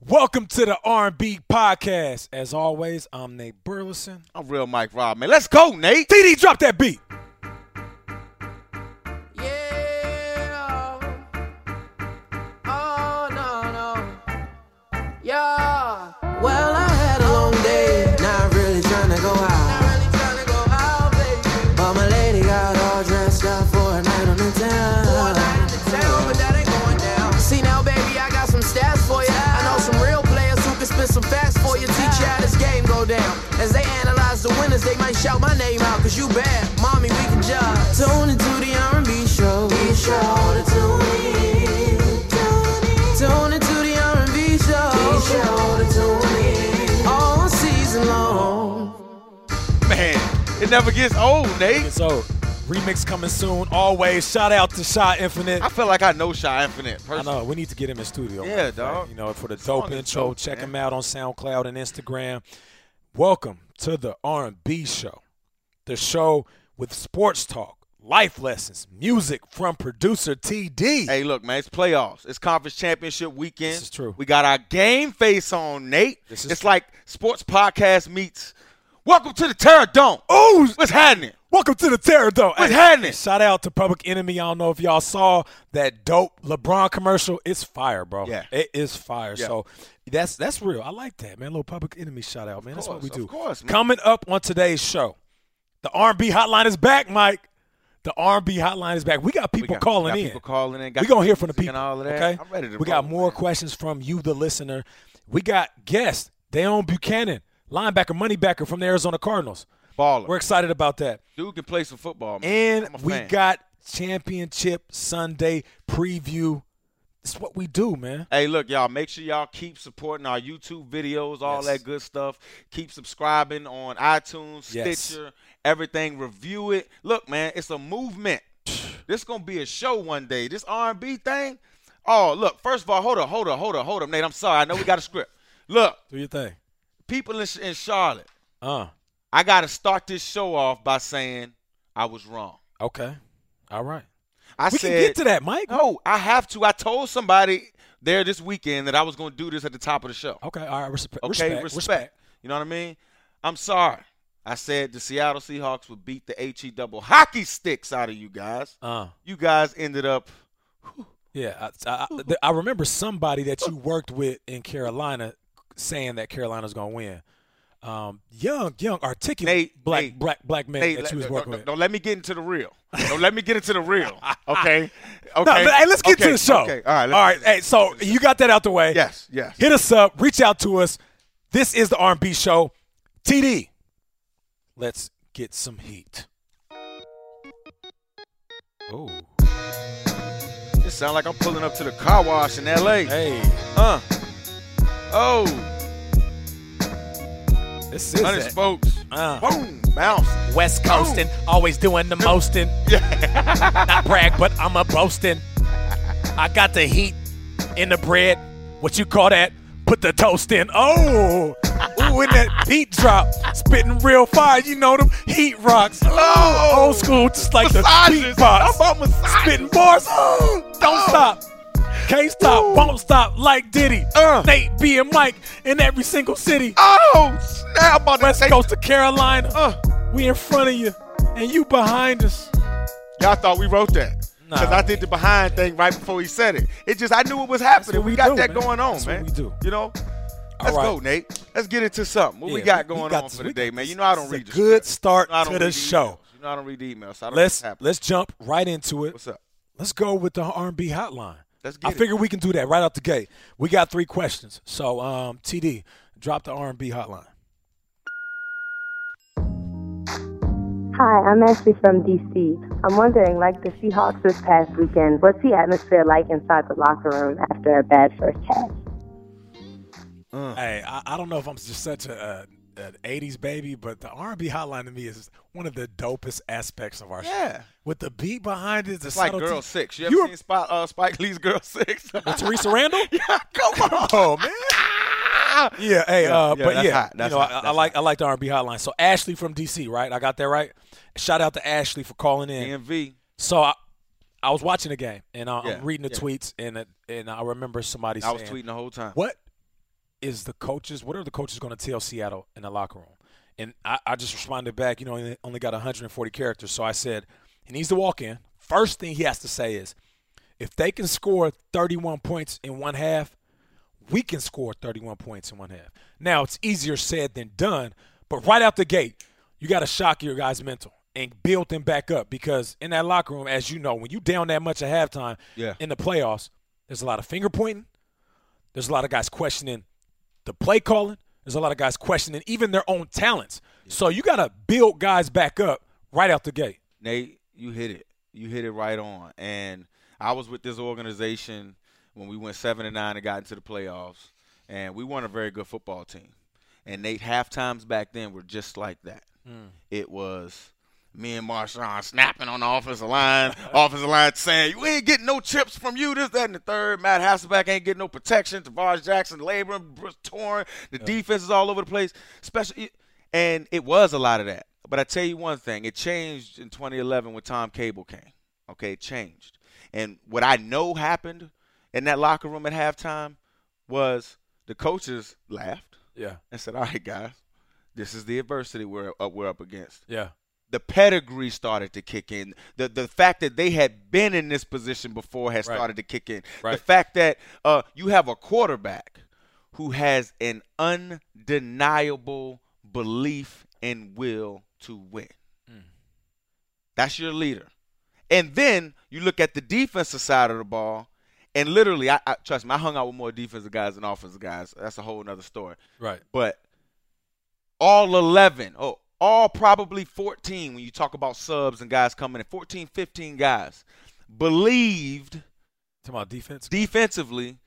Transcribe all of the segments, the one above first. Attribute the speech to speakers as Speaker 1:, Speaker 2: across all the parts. Speaker 1: Welcome to the R&B podcast. As always, I'm Nate Burleson.
Speaker 2: I'm real Mike Rob, man. Let's go, Nate.
Speaker 1: TD, drop that beat.
Speaker 3: Yeah. Oh no no. Yeah. Well, I had a long day. Not really tryna go out. Not really tryna go out, baby. But my lady got all dressed up for a night on the town. For a night on the town, but that ain't going down. See now, baby, I got some stats for ya. I know some real players who can spit some facts for you. Teach you how this game go down. As they analyze the winners, they might shout my name out. Cause you bad, mommy, we can judge. Tune into the R&B show. Be sure to tune in. Tune into the R&B show. Be sure to tune in. All season long.
Speaker 2: Man, it never gets old, Nate.
Speaker 1: It's old. Remix coming soon. Always. Shout out to Shot Infinite.
Speaker 2: I feel like I know Shy Infinite.
Speaker 1: I
Speaker 2: Personally.
Speaker 1: know we need to get him in studio.
Speaker 2: Yeah,
Speaker 1: matter of fact.
Speaker 2: dog.
Speaker 1: You know, for the
Speaker 2: Song
Speaker 1: dope
Speaker 2: is
Speaker 1: intro,
Speaker 2: dope,
Speaker 1: check
Speaker 2: man.
Speaker 1: him out on SoundCloud and Instagram. Welcome to the R&B show, the show with sports talk, life lessons, music from producer TD.
Speaker 2: Hey, look, man, it's playoffs. It's conference championship weekend.
Speaker 1: This is true.
Speaker 2: We got our game face on, Nate.
Speaker 1: This is
Speaker 2: it's
Speaker 1: true.
Speaker 2: like sports podcast meets. Welcome to the Terra Dome.
Speaker 1: Oh,
Speaker 2: What's happening?
Speaker 1: welcome to the Terror Dome.
Speaker 2: What's happening?
Speaker 1: Shout out to Public Enemy. I don't know if y'all saw that dope LeBron commercial. It's fire, bro.
Speaker 2: Yeah.
Speaker 1: it is fire.
Speaker 2: Yeah.
Speaker 1: So that's that's real. I like that, man. little Public Enemy shout out, man. that's what we
Speaker 2: course,
Speaker 1: do.
Speaker 2: of course, man.
Speaker 1: Coming up on today's show, the R&B hotline is back, Mike. The R&B hotline is back. We got people
Speaker 2: got-
Speaker 1: calling
Speaker 2: got
Speaker 1: in.
Speaker 2: people calling in, got
Speaker 1: we gonna hear from the
Speaker 2: music
Speaker 1: people.
Speaker 2: and all of that.
Speaker 1: Okay,
Speaker 2: I'm ready to
Speaker 1: we got
Speaker 2: roll,
Speaker 1: more
Speaker 2: man.
Speaker 1: questions from you, the listener. We got guest Dayon Buchanan, linebacker, money backer from the Arizona Cardinals.
Speaker 2: Baller.
Speaker 1: We're excited about that.
Speaker 2: Dude can play some football, man.
Speaker 1: And
Speaker 2: I'm a
Speaker 1: we
Speaker 2: fan.
Speaker 1: got championship Sunday preview. It's what we do, man.
Speaker 2: Hey, look, y'all, make sure y'all keep supporting our YouTube videos, all
Speaker 1: Yes.
Speaker 2: that good stuff. Keep subscribing on iTunes,
Speaker 1: Yes.
Speaker 2: Stitcher, everything. Review it. Look, man, it's a movement. this going to be a show one day. This R&B thing. Oh, look, first of all, hold up, hold up, hold up, hold up, Nate. I'm sorry. I know we got a script. Look,
Speaker 1: Do your thing.
Speaker 2: people in, in Charlotte,
Speaker 1: Uh,
Speaker 2: I got to start this show off by saying I was wrong.
Speaker 1: okay. All right.
Speaker 2: I
Speaker 1: we
Speaker 2: said,
Speaker 1: can get to that, Mike.
Speaker 2: No, I have to. I told somebody there this weekend that I was going to do this at the top of the show.
Speaker 1: Okay. All right. Respe-
Speaker 2: Okay,
Speaker 1: respect.
Speaker 2: respect. You know what I mean? I'm sorry. I said the Seattle Seahawks would beat the HE double hockey sticks out of you guys.
Speaker 1: Uh,
Speaker 2: You guys ended up
Speaker 1: yeah. I, I, I, th- I remember somebody that you worked with in Carolina saying that Carolina's gonna win. Um, young, young, articulate
Speaker 2: Nate,
Speaker 1: black,
Speaker 2: Nate,
Speaker 1: black, black man
Speaker 2: Hey,
Speaker 1: that
Speaker 2: let-
Speaker 1: you was
Speaker 2: don't-
Speaker 1: working
Speaker 2: don't,
Speaker 1: with.
Speaker 2: don't let me get into the real. Don't let me get into the real. Okay. Okay.
Speaker 1: no, but, hey, let's get
Speaker 2: Okay,
Speaker 1: to the show.
Speaker 2: Okay. All right. let's-
Speaker 1: all right. Hey, so you got that out the way.
Speaker 2: Yes. Yes.
Speaker 1: hit us up, reach out to us. This is the R&B show. TD, let's get some heat. Oh,
Speaker 2: It sounds like I'm pulling up to the car wash in L.A.
Speaker 1: hey,
Speaker 2: Huh? Oh,
Speaker 1: this is
Speaker 2: honey
Speaker 1: it.
Speaker 2: spokes.
Speaker 1: Uh.
Speaker 2: Boom. Bounce.
Speaker 1: West Coastin', always doing the mostin'. Not brag, but I'm a boastin'. I got the heat in the bread. What you call that? Put the toast in. Oh, ooh, in that beat drop, spitting real fire. You know them heat rocks. Oh, old school, just like
Speaker 2: Massages.
Speaker 1: the beatbox.
Speaker 2: I'm about massages.
Speaker 1: spitting bars. Oh, don't
Speaker 2: Uh.
Speaker 1: stop. Can't stop, won't stop, like Diddy,
Speaker 2: Uh.
Speaker 1: Nate, B, and Mike in every single city.
Speaker 2: Oh, snap! I'm about to
Speaker 1: West
Speaker 2: take-
Speaker 1: Coast to Carolina.
Speaker 2: Uh.
Speaker 1: We in front of you, and you behind us.
Speaker 2: Y'all thought we wrote that.
Speaker 1: Nah.
Speaker 2: Because I did the behind thing right before he said it. It just, I knew it was happening.
Speaker 1: what
Speaker 2: we,
Speaker 1: we
Speaker 2: got
Speaker 1: do,
Speaker 2: that
Speaker 1: man.
Speaker 2: going on,
Speaker 1: That's what
Speaker 2: man.
Speaker 1: we do.
Speaker 2: You know? Let's
Speaker 1: right.
Speaker 2: go, Nate. Let's get into something. What we
Speaker 1: Yeah,
Speaker 2: got going on
Speaker 1: this-
Speaker 2: for
Speaker 1: we
Speaker 2: the day,
Speaker 1: got
Speaker 2: man?
Speaker 1: this.
Speaker 2: You know I don't
Speaker 1: This is
Speaker 2: read
Speaker 1: a
Speaker 2: the
Speaker 1: good
Speaker 2: script.
Speaker 1: start
Speaker 2: You know I don't
Speaker 1: to the
Speaker 2: read
Speaker 1: show.
Speaker 2: emails. You know I don't read the emails. so I don't know what's
Speaker 1: Let's
Speaker 2: happening.
Speaker 1: let's jump right into it.
Speaker 2: What's up?
Speaker 1: Let's go with the R&B hotline.
Speaker 2: Let's get
Speaker 1: I
Speaker 2: it.
Speaker 1: figure we can do that right out the gate. We got three questions, so um, TD, drop the R&B hotline.
Speaker 4: Hi, I'm Ashley from DC. I'm wondering, like the Seahawks this past weekend, what's the atmosphere like inside the locker room after a bad first half?
Speaker 1: Hey, I, I don't know if I'm just such a, uh an '80s baby, but the R&B hotline to me is one of the dopest aspects of our show.
Speaker 2: Yeah.
Speaker 1: With the beat behind it, the
Speaker 2: It's like
Speaker 1: subtlety-
Speaker 2: Girl Six. You ever
Speaker 1: were-
Speaker 2: seen Spike, uh, Spike Lee's Girl Six?
Speaker 1: with Teresa Randall?
Speaker 2: Come on.
Speaker 1: Oh man. Yeah, hey,
Speaker 2: Yeah,
Speaker 1: uh,
Speaker 2: yeah,
Speaker 1: but
Speaker 2: that's
Speaker 1: yeah,
Speaker 2: hot. That's
Speaker 1: you know,
Speaker 2: hot.
Speaker 1: I, I
Speaker 2: That's
Speaker 1: like I like the R&B hotline. So Ashley from DC, right? I got that right. Shout out to Ashley for calling in.
Speaker 2: DMV.
Speaker 1: So I, I was watching the game and I,
Speaker 2: Yeah,
Speaker 1: I'm reading the
Speaker 2: yeah.
Speaker 1: tweets and it- and I remember somebody
Speaker 2: I
Speaker 1: saying,
Speaker 2: was tweeting the whole time.
Speaker 1: "What is the coaches, what are the coaches going to tell Seattle in the locker room? And I, I just responded back, you know, he only got 140 characters. So I said, he needs to walk in. First thing he has to say is, if they can score 31 points in one half, we can score 31 points in one half. Now, it's easier said than done, but right out the gate, you got to shock your guys' mental and build them back up because in that locker room, as you know, when you down that much at halftime
Speaker 2: Yeah.
Speaker 1: in the playoffs, there's a lot of finger pointing. There's a lot of guys questioning the play calling. There's a lot of guys questioning even their own talents. So you got to build guys back up right out the gate.
Speaker 2: Nate, you hit it. You hit it right on. And I was with this organization when we went seven and nine and got into the playoffs, and we weren't a very good football team. And Nate, half times back then were just like that. It was me and Marshawn snapping on the offensive line, offensive line saying, "You ain't getting no chips from you." This, that, and the third. Matt Hasselback ain't getting no protection. Tavares Jackson laboring, Bruce torn. The defense is all over the place. Special, and it was a lot of that. But I tell you one thing, it changed in 2011 when Tom Cable came. Okay, it changed. And what I know happened in that locker room at halftime was the coaches laughed
Speaker 1: Yeah,
Speaker 2: and said, "All right, guys, this is the adversity we're up, we're up against."
Speaker 1: yeah,
Speaker 2: the pedigree started to kick in. The the fact that they had been in this position before has
Speaker 1: Right.
Speaker 2: started to kick in. The
Speaker 1: Right.
Speaker 2: fact that uh, you have a quarterback who has an undeniable belief and will to win.
Speaker 1: Mm.
Speaker 2: That's your leader. And then you look at the defensive side of the ball, and literally, I, I trust me, I hung out with more defensive guys than offensive guys. That's a whole nother story
Speaker 1: right.
Speaker 2: but all 11 oh all probably 14 when you talk about subs and guys coming in 14 15 guys believed
Speaker 1: Talking about defense.
Speaker 2: defensively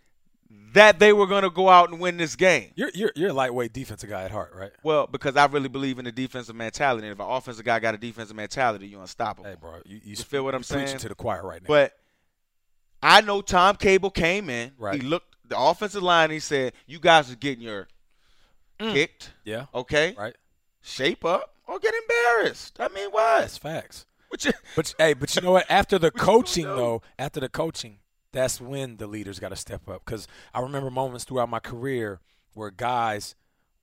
Speaker 2: that they were going to go out and win this game
Speaker 1: You're, you're you're a lightweight defensive guy at heart, right?
Speaker 2: well because i really believe in the defensive mentality and if an offensive guy got a defensive mentality you're unstoppable
Speaker 1: Hey, bro, you, you,
Speaker 2: feel what I'm
Speaker 1: you're preaching
Speaker 2: saying?
Speaker 1: to the choir right now.
Speaker 2: But I know Tom Cable came in.
Speaker 1: Right.
Speaker 2: He looked the offensive line. He said, "You guys are getting your kicked,
Speaker 1: yeah,
Speaker 2: okay?
Speaker 1: Mm. right.
Speaker 2: Shape up or get embarrassed." I mean, what?
Speaker 1: That's facts.
Speaker 2: What you,
Speaker 1: But hey, but you know what? After the
Speaker 2: you gonna
Speaker 1: coaching,
Speaker 2: do?
Speaker 1: though, after the coaching, that's when the leaders got to step up. Because I remember moments throughout my career where guys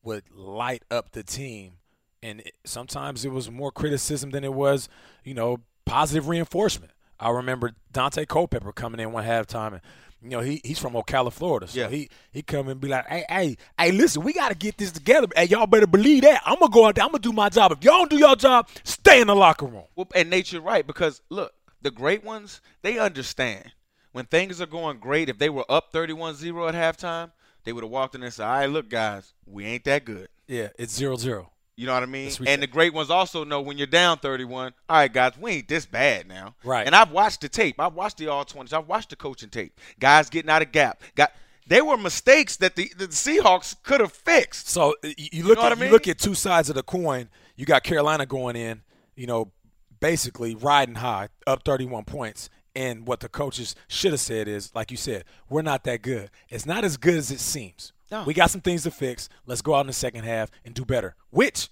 Speaker 1: would light up the team, and it, sometimes it was more criticism than it was, you know, positive reinforcement. I remember Dante Culpepper coming in one halftime, and you know he he's from Ocala, Florida, so
Speaker 2: Yeah.
Speaker 1: he he come and be like, hey hey hey, listen, we got to get this together. Hey, y'all better believe that. I'm gonna go out there. I'm gonna do my job. If y'all don't do your job, stay in the locker room.
Speaker 2: Well, and nature right because look, the great ones they understand when things are going great. If they were up 31-0 at halftime, they would have walked in and said, "All right, look, guys, we ain't that good."
Speaker 1: Yeah, it's zero zero.
Speaker 2: You know what I mean?
Speaker 1: That's what-
Speaker 2: And the great ones also know when you're down 31, all right, guys, we ain't this bad now.
Speaker 1: Right.
Speaker 2: And I've watched the tape. I've watched the all 20s. I've watched the coaching tape. Guys getting out of gap. Got they were mistakes that the, the Seahawks could have fixed.
Speaker 1: So you, you look
Speaker 2: know what
Speaker 1: at
Speaker 2: I mean?
Speaker 1: you look at two sides of the coin. You got Carolina going in, you know, basically riding high, up 31 points. And what the coaches should have said is, like you said, we're not that good. It's not as good as it seems.
Speaker 2: No.
Speaker 1: We got some things to fix. Let's go out in the second half and do better. Which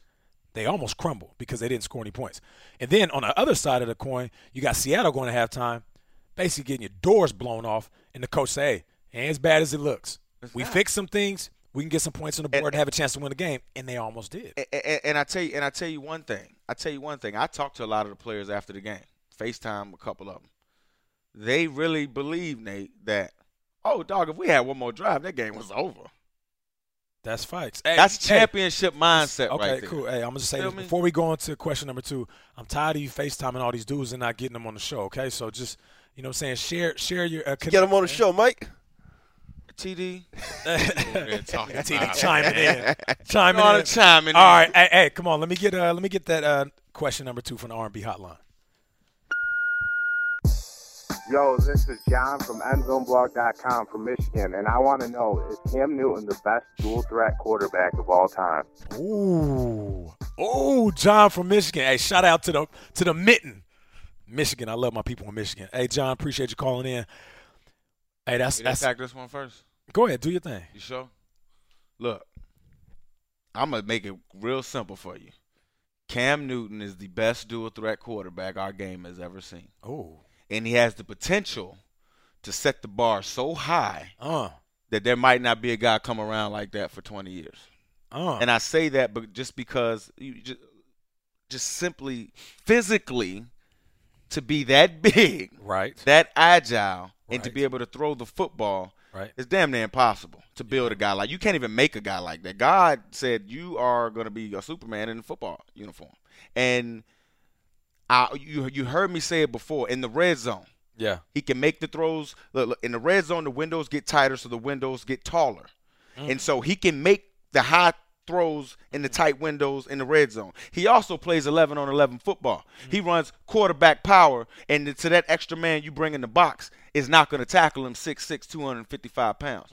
Speaker 1: they almost crumbled because they didn't score any points. And then on the other side of the coin, you got Seattle going to halftime, basically getting your doors blown off, and the coach say, "Hey, ain't as bad as it looks. we fix some things. We can get some points on the board and have a chance to win the game." And they almost did.
Speaker 2: And, and, I tell you, and I tell you one thing. I tell you one thing. I talked to a lot of the players after the game. FaceTime a couple of them. They really believe Nate that. Oh, dog! If we had one more drive, that game was over.
Speaker 1: That's facts. Hey,
Speaker 2: That's
Speaker 1: hey,
Speaker 2: championship mindset,
Speaker 1: Okay,
Speaker 2: right there.
Speaker 1: cool. Hey, I'm gonna just say
Speaker 2: Feel
Speaker 1: this
Speaker 2: me?
Speaker 1: before we go on to question number two. I'm tired of you FaceTiming all these dudes and not getting them on the show. Okay, so just you know, what I'm saying share share your uh,
Speaker 5: Get him on the show, Mike.
Speaker 2: TD,
Speaker 1: TD chiming in, chiming
Speaker 2: Y'all
Speaker 1: in.
Speaker 2: are chiming
Speaker 1: All
Speaker 2: in.
Speaker 1: right, hey, hey, come on. Let me get uh, let me get that uh, question number two from the R&B hotline.
Speaker 6: Yo, this is John from EndZoneBlog.com from Michigan, and I want to know is Cam Newton the best dual threat quarterback of all time?
Speaker 1: Ooh, ooh, John from Michigan. Hey, shout out to the to the mitten, Michigan. I love my people in Michigan. Hey, John, appreciate you calling in. Hey, that's
Speaker 2: Did I
Speaker 1: that's.
Speaker 2: tackle this one first?
Speaker 1: Go ahead, do your thing.
Speaker 2: You sure? Look, I'm gonna make it real simple for you. Cam Newton is the best dual threat quarterback our game has ever seen,
Speaker 1: Oh,
Speaker 2: and he has the potential to set the bar so high
Speaker 1: uh,
Speaker 2: that there might not be a guy come around like that for 20 years.
Speaker 1: Oh.
Speaker 2: And I say that but just because you just, just simply physically to be that big,
Speaker 1: right.
Speaker 2: that agile, and to
Speaker 1: Right.
Speaker 2: be able to throw the football
Speaker 1: Right.
Speaker 2: it's damn near impossible to build a guy like you can't even make a guy like that. God said you are going to be a Superman in a football uniform, and I you you heard me say it before in the red zone.
Speaker 1: Yeah.
Speaker 2: He can make the throws. Look, look, in the red zone, the windows get tighter, so the windows get taller, and so he can make the high throws in the tight windows in the red zone. He also plays 11 on 11 football. He runs quarterback power, and to that extra man you bring in the box is not going to tackle him 6'6", 255 pounds.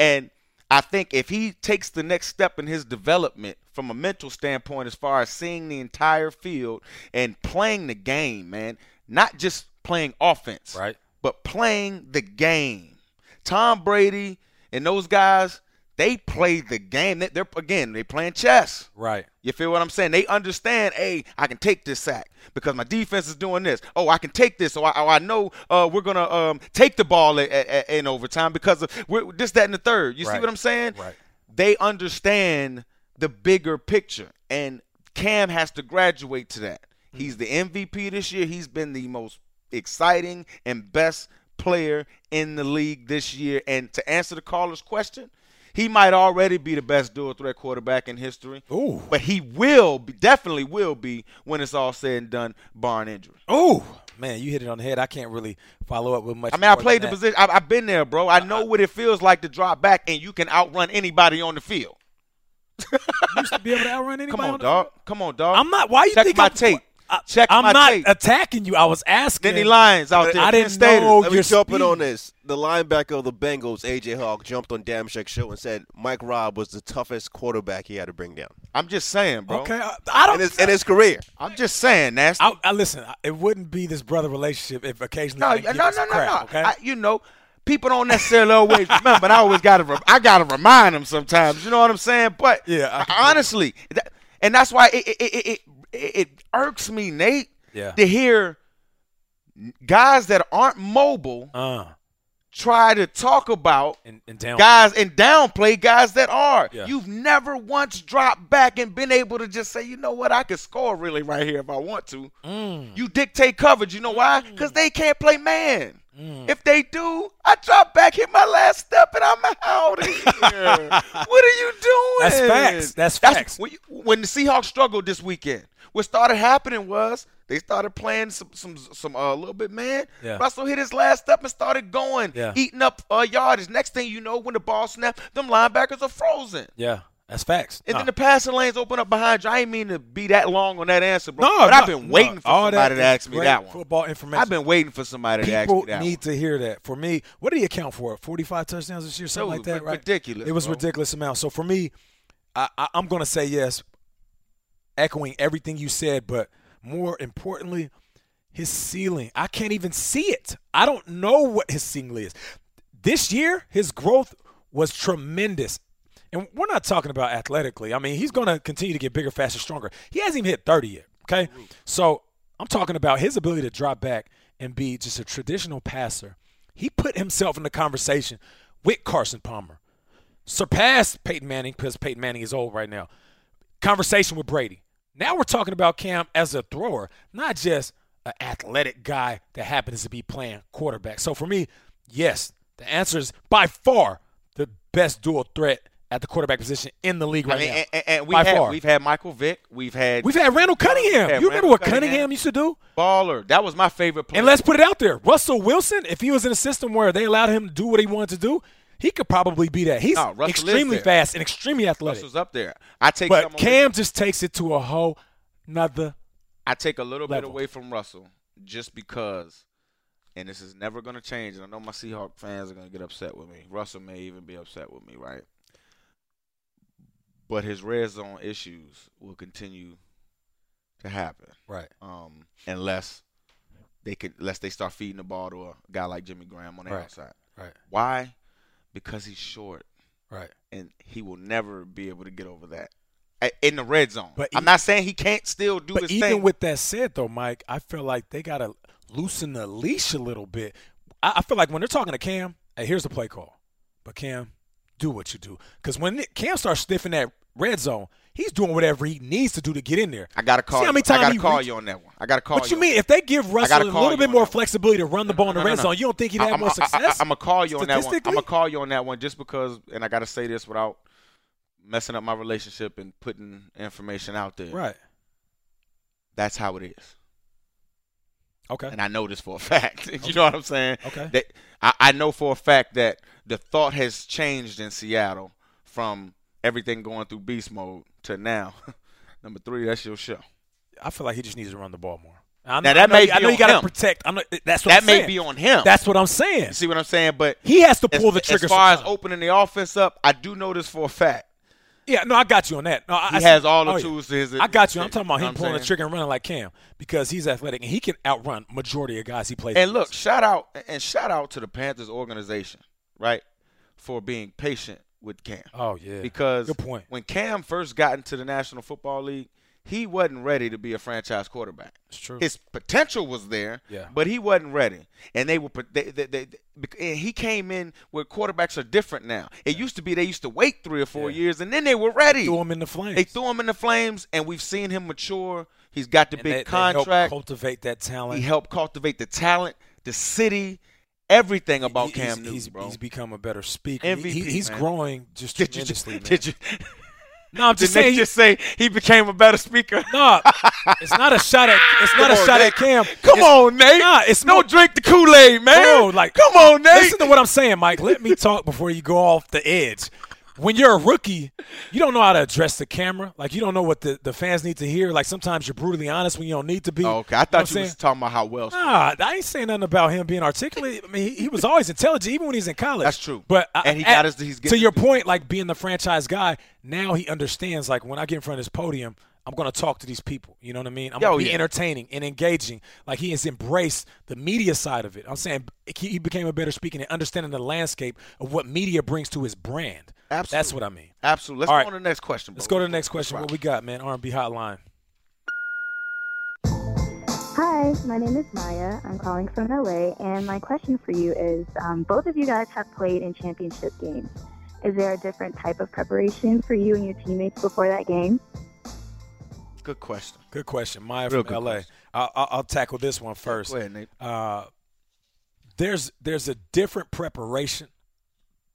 Speaker 2: And I think if he takes the next step in his development from a mental standpoint, as far as seeing the entire field and playing the game, man, not just playing offense,
Speaker 1: Right.
Speaker 2: but playing the game. Tom Brady and those guys, they play the game. They- They're again, they playing chess.
Speaker 1: Right.
Speaker 2: You feel what I'm saying? They understand. Hey, I can take this sack because my defense is doing this. Oh, I can take this. So I, oh, I know uh, we're gonna um, take the ball i- i- in overtime because of we're, this, that, and the third. You see
Speaker 1: Right.
Speaker 2: what I'm saying?
Speaker 1: Right.
Speaker 2: They understand the bigger picture, and Cam has to graduate to that.
Speaker 1: Hmm.
Speaker 2: He's the MVP this year. He's been the most exciting and best player in the league this year. And to answer the caller's question, he might already be the best dual threat quarterback in history.
Speaker 1: Ooh.
Speaker 2: But he will be, definitely will be when it's all said and done, barring injury.
Speaker 1: Ooh. Man, you hit it on the head. I can't really follow up with much.
Speaker 2: I mean, I
Speaker 1: more than
Speaker 2: played the
Speaker 1: that.
Speaker 2: position. I, I've been there, bro. I know what it feels like to drop back and you can outrun anybody on the field.
Speaker 1: used to be able to outrun anybody.
Speaker 2: Come on,
Speaker 1: on the-
Speaker 2: dog. Come on, dog.
Speaker 1: I'm not. Why you
Speaker 2: Check
Speaker 1: think
Speaker 2: my
Speaker 1: I'm,
Speaker 2: tape.
Speaker 1: I,
Speaker 2: Check
Speaker 1: I'm
Speaker 2: my
Speaker 1: not
Speaker 2: tape.
Speaker 1: attacking you. I was asking.
Speaker 2: Denny Lyons out there.
Speaker 1: I
Speaker 2: Penn
Speaker 1: didn't
Speaker 2: State.
Speaker 1: know
Speaker 5: Let me
Speaker 1: your
Speaker 5: jump in
Speaker 1: speed.
Speaker 5: on this. The linebacker of the Bengals, AJ Hawk, jumped on Damn Shack's show and said Mike Robb was the toughest quarterback he had to bring down
Speaker 2: I'm just saying, bro.
Speaker 1: Okay, I, I
Speaker 5: in
Speaker 1: don't.
Speaker 5: his, in his career.
Speaker 2: I'm just saying, nasty.
Speaker 1: I, I listen. I- It wouldn't be this brother relationship if occasionally
Speaker 2: No,
Speaker 1: I
Speaker 2: no,
Speaker 1: didn't give
Speaker 2: no,
Speaker 1: you
Speaker 2: no,
Speaker 1: some crap,
Speaker 2: no.
Speaker 1: Okay,
Speaker 2: I, you know, people don't necessarily always remember. But I always gotta, re- I gotta remind them sometimes. You know what I'm saying? But
Speaker 1: Yeah, I can-
Speaker 2: honestly, that, and that's why it it, it it it it irks me, Nate,
Speaker 1: yeah.
Speaker 2: to hear guys that aren't mobile
Speaker 1: Uh,
Speaker 2: try to talk about
Speaker 1: and, and down.
Speaker 2: guys and downplay guys that are.
Speaker 1: Yeah.
Speaker 2: You've never once dropped back and been able to just say, you know what, I could score really right here if I want to.
Speaker 1: Mm,
Speaker 2: You dictate coverage. You know why? Because they can't play man.
Speaker 1: mm.
Speaker 2: If they do, I drop back, hit my last step, and I'm out of here. what are you doing?
Speaker 1: That's facts. That's facts.
Speaker 2: when, you- when the Seahawks struggled this weekend, what started happening was they started playing some some some uh, little bit man.
Speaker 1: Yeah.
Speaker 2: Russell hit his last step and started going,
Speaker 1: Yeah.
Speaker 2: eating up uh, yardage. Next thing you know, when the ball snapped, them linebackers are frozen.
Speaker 1: Yeah, that's facts.
Speaker 2: And
Speaker 1: Nah.
Speaker 2: then the passing lanes open up behind you. I ain't mean to be that long on that answer, bro.
Speaker 1: no,
Speaker 2: but I've
Speaker 1: no,
Speaker 2: been
Speaker 1: no.
Speaker 2: waiting for
Speaker 1: All
Speaker 2: somebody
Speaker 1: that
Speaker 2: to ask me
Speaker 1: great
Speaker 2: that one.
Speaker 1: Football information.
Speaker 2: I've been waiting for somebody to ask me
Speaker 1: People
Speaker 2: that one.
Speaker 1: need to hear that. For me, what did he account for? Forty-five touchdowns this year, something
Speaker 2: Dude,
Speaker 1: like that,
Speaker 2: ri-
Speaker 1: right?
Speaker 2: ridiculous,
Speaker 1: It was
Speaker 2: bro.
Speaker 1: ridiculous amount. So for me, I, I, I'm going to say yes, echoing everything you said, but more importantly, his ceiling. I can't even see it. I don't know what his ceiling is. This year, his growth was tremendous. And we're not talking about athletically. I mean, he's going to continue to get bigger, faster, stronger. He hasn't even hit 30 yet. Okay. So I'm talking about his ability to drop back and be just a traditional passer. He put himself in the conversation with Carson Palmer, surpassed Peyton Manning because Peyton Manning is old right now. Conversation with Brady. Now we're talking about Cam as a thrower, not just an athletic guy that happens to be playing quarterback. So for me, yes, the answer is by far the best dual threat at the quarterback position in the league
Speaker 2: I
Speaker 1: right
Speaker 2: mean,
Speaker 1: now.
Speaker 2: and, and- and we
Speaker 1: By
Speaker 2: had
Speaker 1: far.
Speaker 2: we've had Michael Vick, we've had
Speaker 1: We've had Randall Cunningham.
Speaker 2: Yeah,
Speaker 1: you remember
Speaker 2: Randall
Speaker 1: what
Speaker 2: Cunningham.
Speaker 1: Cunningham. used to do?
Speaker 2: Baller. That was my favorite player.
Speaker 1: And let's put it out there. Russell Wilson, if he was in a system where they allowed him to do what he wanted to do, he could probably be that. He's
Speaker 2: No, Russell is
Speaker 1: extremely
Speaker 2: there.
Speaker 1: fast and extremely athletic.
Speaker 2: Russell's up there. I take
Speaker 1: But
Speaker 2: someone-
Speaker 1: Cam just takes it to a whole nother.
Speaker 2: I take a little
Speaker 1: level.
Speaker 2: bit away from Russell just because, and this is never going to change. And I know my Seahawk fans are going to get upset with me. Russell may even be upset with me, right? But his red zone issues will continue to happen.
Speaker 1: Right.
Speaker 2: um, unless they could unless they start feeding the ball to a guy like Jimmy Graham on the
Speaker 1: Right.
Speaker 2: outside.
Speaker 1: Right.
Speaker 2: Why? Because he's short
Speaker 1: Right.
Speaker 2: and he will never be able to get over that A- in the red zone.
Speaker 1: But
Speaker 2: I'm
Speaker 1: e-
Speaker 2: not saying he can't still do
Speaker 1: But
Speaker 2: his
Speaker 1: even
Speaker 2: thing.
Speaker 1: with that said, though, Mike, I feel like they got to loosen the leash a little bit. I, I feel like when they're talking to Cam, hey, here's the play call. But Cam, do what you do. Because when it- Cam starts sniffing that red zone, he's doing whatever he needs to do to get in there.
Speaker 2: I gotta call.
Speaker 1: See how many
Speaker 2: you. I
Speaker 1: times
Speaker 2: gotta
Speaker 1: he
Speaker 2: call
Speaker 1: reach-
Speaker 2: you on that one. I gotta call.
Speaker 1: What
Speaker 2: you
Speaker 1: you mean? If they give Russell
Speaker 2: gotta
Speaker 1: a
Speaker 2: call
Speaker 1: little
Speaker 2: you
Speaker 1: bit
Speaker 2: on
Speaker 1: more
Speaker 2: that one.
Speaker 1: flexibility to run the ball in the
Speaker 2: no,
Speaker 1: red
Speaker 2: no.
Speaker 1: zone, you don't think he'd have
Speaker 2: I'm,
Speaker 1: more success?
Speaker 2: gonna call you on that one. I'm
Speaker 1: Statistically?
Speaker 2: gonna call you on that one just because, and I gotta say this without messing up my relationship and putting information out there.
Speaker 1: right.
Speaker 2: That's how it is,
Speaker 1: Okay.
Speaker 2: and I know this for a fact. you know what I'm saying?
Speaker 1: Okay.
Speaker 2: That I, I know for a fact that the thought has changed in Seattle from everything going through beast mode to now. Number three, that's your show.
Speaker 1: I feel like he just needs to run the ball more. I know,
Speaker 2: Now,
Speaker 1: I
Speaker 2: that
Speaker 1: know,
Speaker 2: may
Speaker 1: you- I
Speaker 2: be
Speaker 1: know you
Speaker 2: on
Speaker 1: gotta
Speaker 2: him.
Speaker 1: protect. I'm not, that's what
Speaker 2: That
Speaker 1: I'm
Speaker 2: may
Speaker 1: saying.
Speaker 2: be on him.
Speaker 1: That's what I'm saying.
Speaker 2: You see what I'm saying? But
Speaker 1: He has to
Speaker 2: as-
Speaker 1: pull the trigger.
Speaker 2: As far as
Speaker 1: sometime.
Speaker 2: opening the offense up, I do know this for a fact.
Speaker 1: yeah, no, I got you on that. No, I,
Speaker 2: He
Speaker 1: I see-
Speaker 2: has all the
Speaker 1: oh, yeah.
Speaker 2: tools to his.
Speaker 1: I got you. I'm talking about
Speaker 2: know
Speaker 1: him
Speaker 2: what I'm
Speaker 1: pulling the
Speaker 2: saying?
Speaker 1: trigger and running like Cam because he's athletic and he can outrun majority of guys he plays.
Speaker 2: And
Speaker 1: against.
Speaker 2: look, shout out and shout out to the Panthers organization, right, for being patient with Cam.
Speaker 1: oh yeah,
Speaker 2: because
Speaker 1: good point.
Speaker 2: when Cam first got into the National Football League, he wasn't ready to be a franchise quarterback.
Speaker 1: It's true.
Speaker 2: His potential was there,
Speaker 1: Yeah.
Speaker 2: but he wasn't ready. And they were they, they, they, bec- and he came in where quarterbacks are different now. It used to be they used to wait 3 or 4
Speaker 1: Yeah.
Speaker 2: years and then they were ready.
Speaker 1: threw him in the flames.
Speaker 2: They threw him in the flames and we've seen him mature. He's got the
Speaker 1: And
Speaker 2: big
Speaker 1: they- they helped
Speaker 2: contract.
Speaker 1: cultivate that talent.
Speaker 2: he helped cultivate the talent, the city, everything about
Speaker 1: He-
Speaker 2: Cam
Speaker 1: he's,
Speaker 2: Newton,
Speaker 1: he's,
Speaker 2: bro.
Speaker 1: he's become a better speaker. He-
Speaker 2: MVP,
Speaker 1: he- he's
Speaker 2: man.
Speaker 1: growing just
Speaker 2: did you just,
Speaker 1: tremendously. man.
Speaker 2: did you
Speaker 1: no, I'm
Speaker 2: did
Speaker 1: just
Speaker 2: Nick
Speaker 1: saying.
Speaker 2: just say he became a better speaker?
Speaker 1: no, it's not a shot at. It's not
Speaker 2: Come
Speaker 1: a
Speaker 2: on,
Speaker 1: shot
Speaker 2: Nate.
Speaker 1: at Cam.
Speaker 2: Come
Speaker 1: It's-
Speaker 2: on, Nate.
Speaker 1: Nah, it's
Speaker 2: no
Speaker 1: more-
Speaker 2: drink the Kool Aid, man.
Speaker 1: Bro, like,
Speaker 2: come on, Nate.
Speaker 1: Listen to what I'm saying, Mike. Let me talk before you go off the edge. When you're a rookie, you don't know how to address the camera. Like you don't know what the, the fans need to hear. Like sometimes you're brutally honest when you don't need to be.
Speaker 2: Oh, okay, I
Speaker 1: know what
Speaker 2: thought you
Speaker 1: I'm Ah.
Speaker 2: was talking about how well.
Speaker 1: Nah, I ain't saying nothing about him being articulate. I mean, he, he was always intelligent, even when he's in college.
Speaker 2: That's true.
Speaker 1: But I-
Speaker 2: And he
Speaker 1: at-
Speaker 2: got us- he's
Speaker 1: to
Speaker 2: getting-
Speaker 1: your point, like being the franchise guy. Now he understands. Like when I get in front of this podium, I'm gonna talk to these people. You know what I mean? I'm
Speaker 2: Yo,
Speaker 1: gonna be
Speaker 2: Oh, yeah.
Speaker 1: entertaining and engaging. Like he has embraced the media side of it. I'm saying he, he became a better speaker and understanding the landscape of what media brings to his brand.
Speaker 2: Absolutely.
Speaker 1: That's what I mean.
Speaker 2: Absolutely. Let's
Speaker 1: All
Speaker 2: go
Speaker 1: right.
Speaker 2: on to the next question. Bro.
Speaker 1: Let's go to the next question. What
Speaker 2: rock
Speaker 1: we got, man? R&B hotline.
Speaker 7: Hi, my name is Maya. I'm calling from LA, and my question for you is um, both of you guys have played in championship games. Is there a different type of preparation for you and your teammates before that game?
Speaker 2: it. Good question.
Speaker 1: Good question, Maya
Speaker 2: Real
Speaker 1: from
Speaker 2: good
Speaker 1: LA.
Speaker 2: question.
Speaker 1: I'll, I'll, I'll tackle this one first.
Speaker 2: Go ahead, Nate.
Speaker 1: uh, there's there's a different preparation,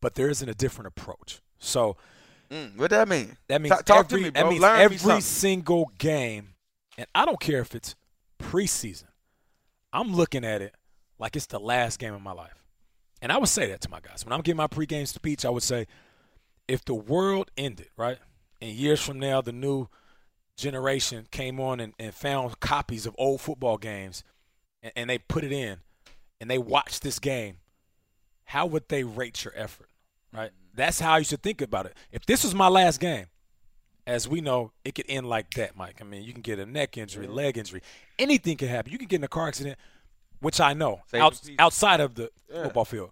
Speaker 1: but there isn't a different approach. So
Speaker 2: Mm, what that mean?
Speaker 1: that means
Speaker 2: Ta- talk
Speaker 1: every
Speaker 2: to me, bro.
Speaker 1: that means
Speaker 2: Learn me
Speaker 1: every
Speaker 2: something.
Speaker 1: single game, and I don't care if it's preseason. I'm looking at it like it's the last game of my life, and I would say that to my guys when I'm giving my pregame speech. I would say, if the world ended right, and years from now the new generation came on and, and found copies of old football games, and, and they put it in, and they watched this game, how would they rate your effort? Right. That's how you should think about it. If this was my last game, as we know, it could end like that, Mike. I mean, you can get a neck injury, leg injury, anything can happen. You can get in a car accident, which I know
Speaker 2: Save
Speaker 1: out,
Speaker 2: the people.
Speaker 1: outside of the football field.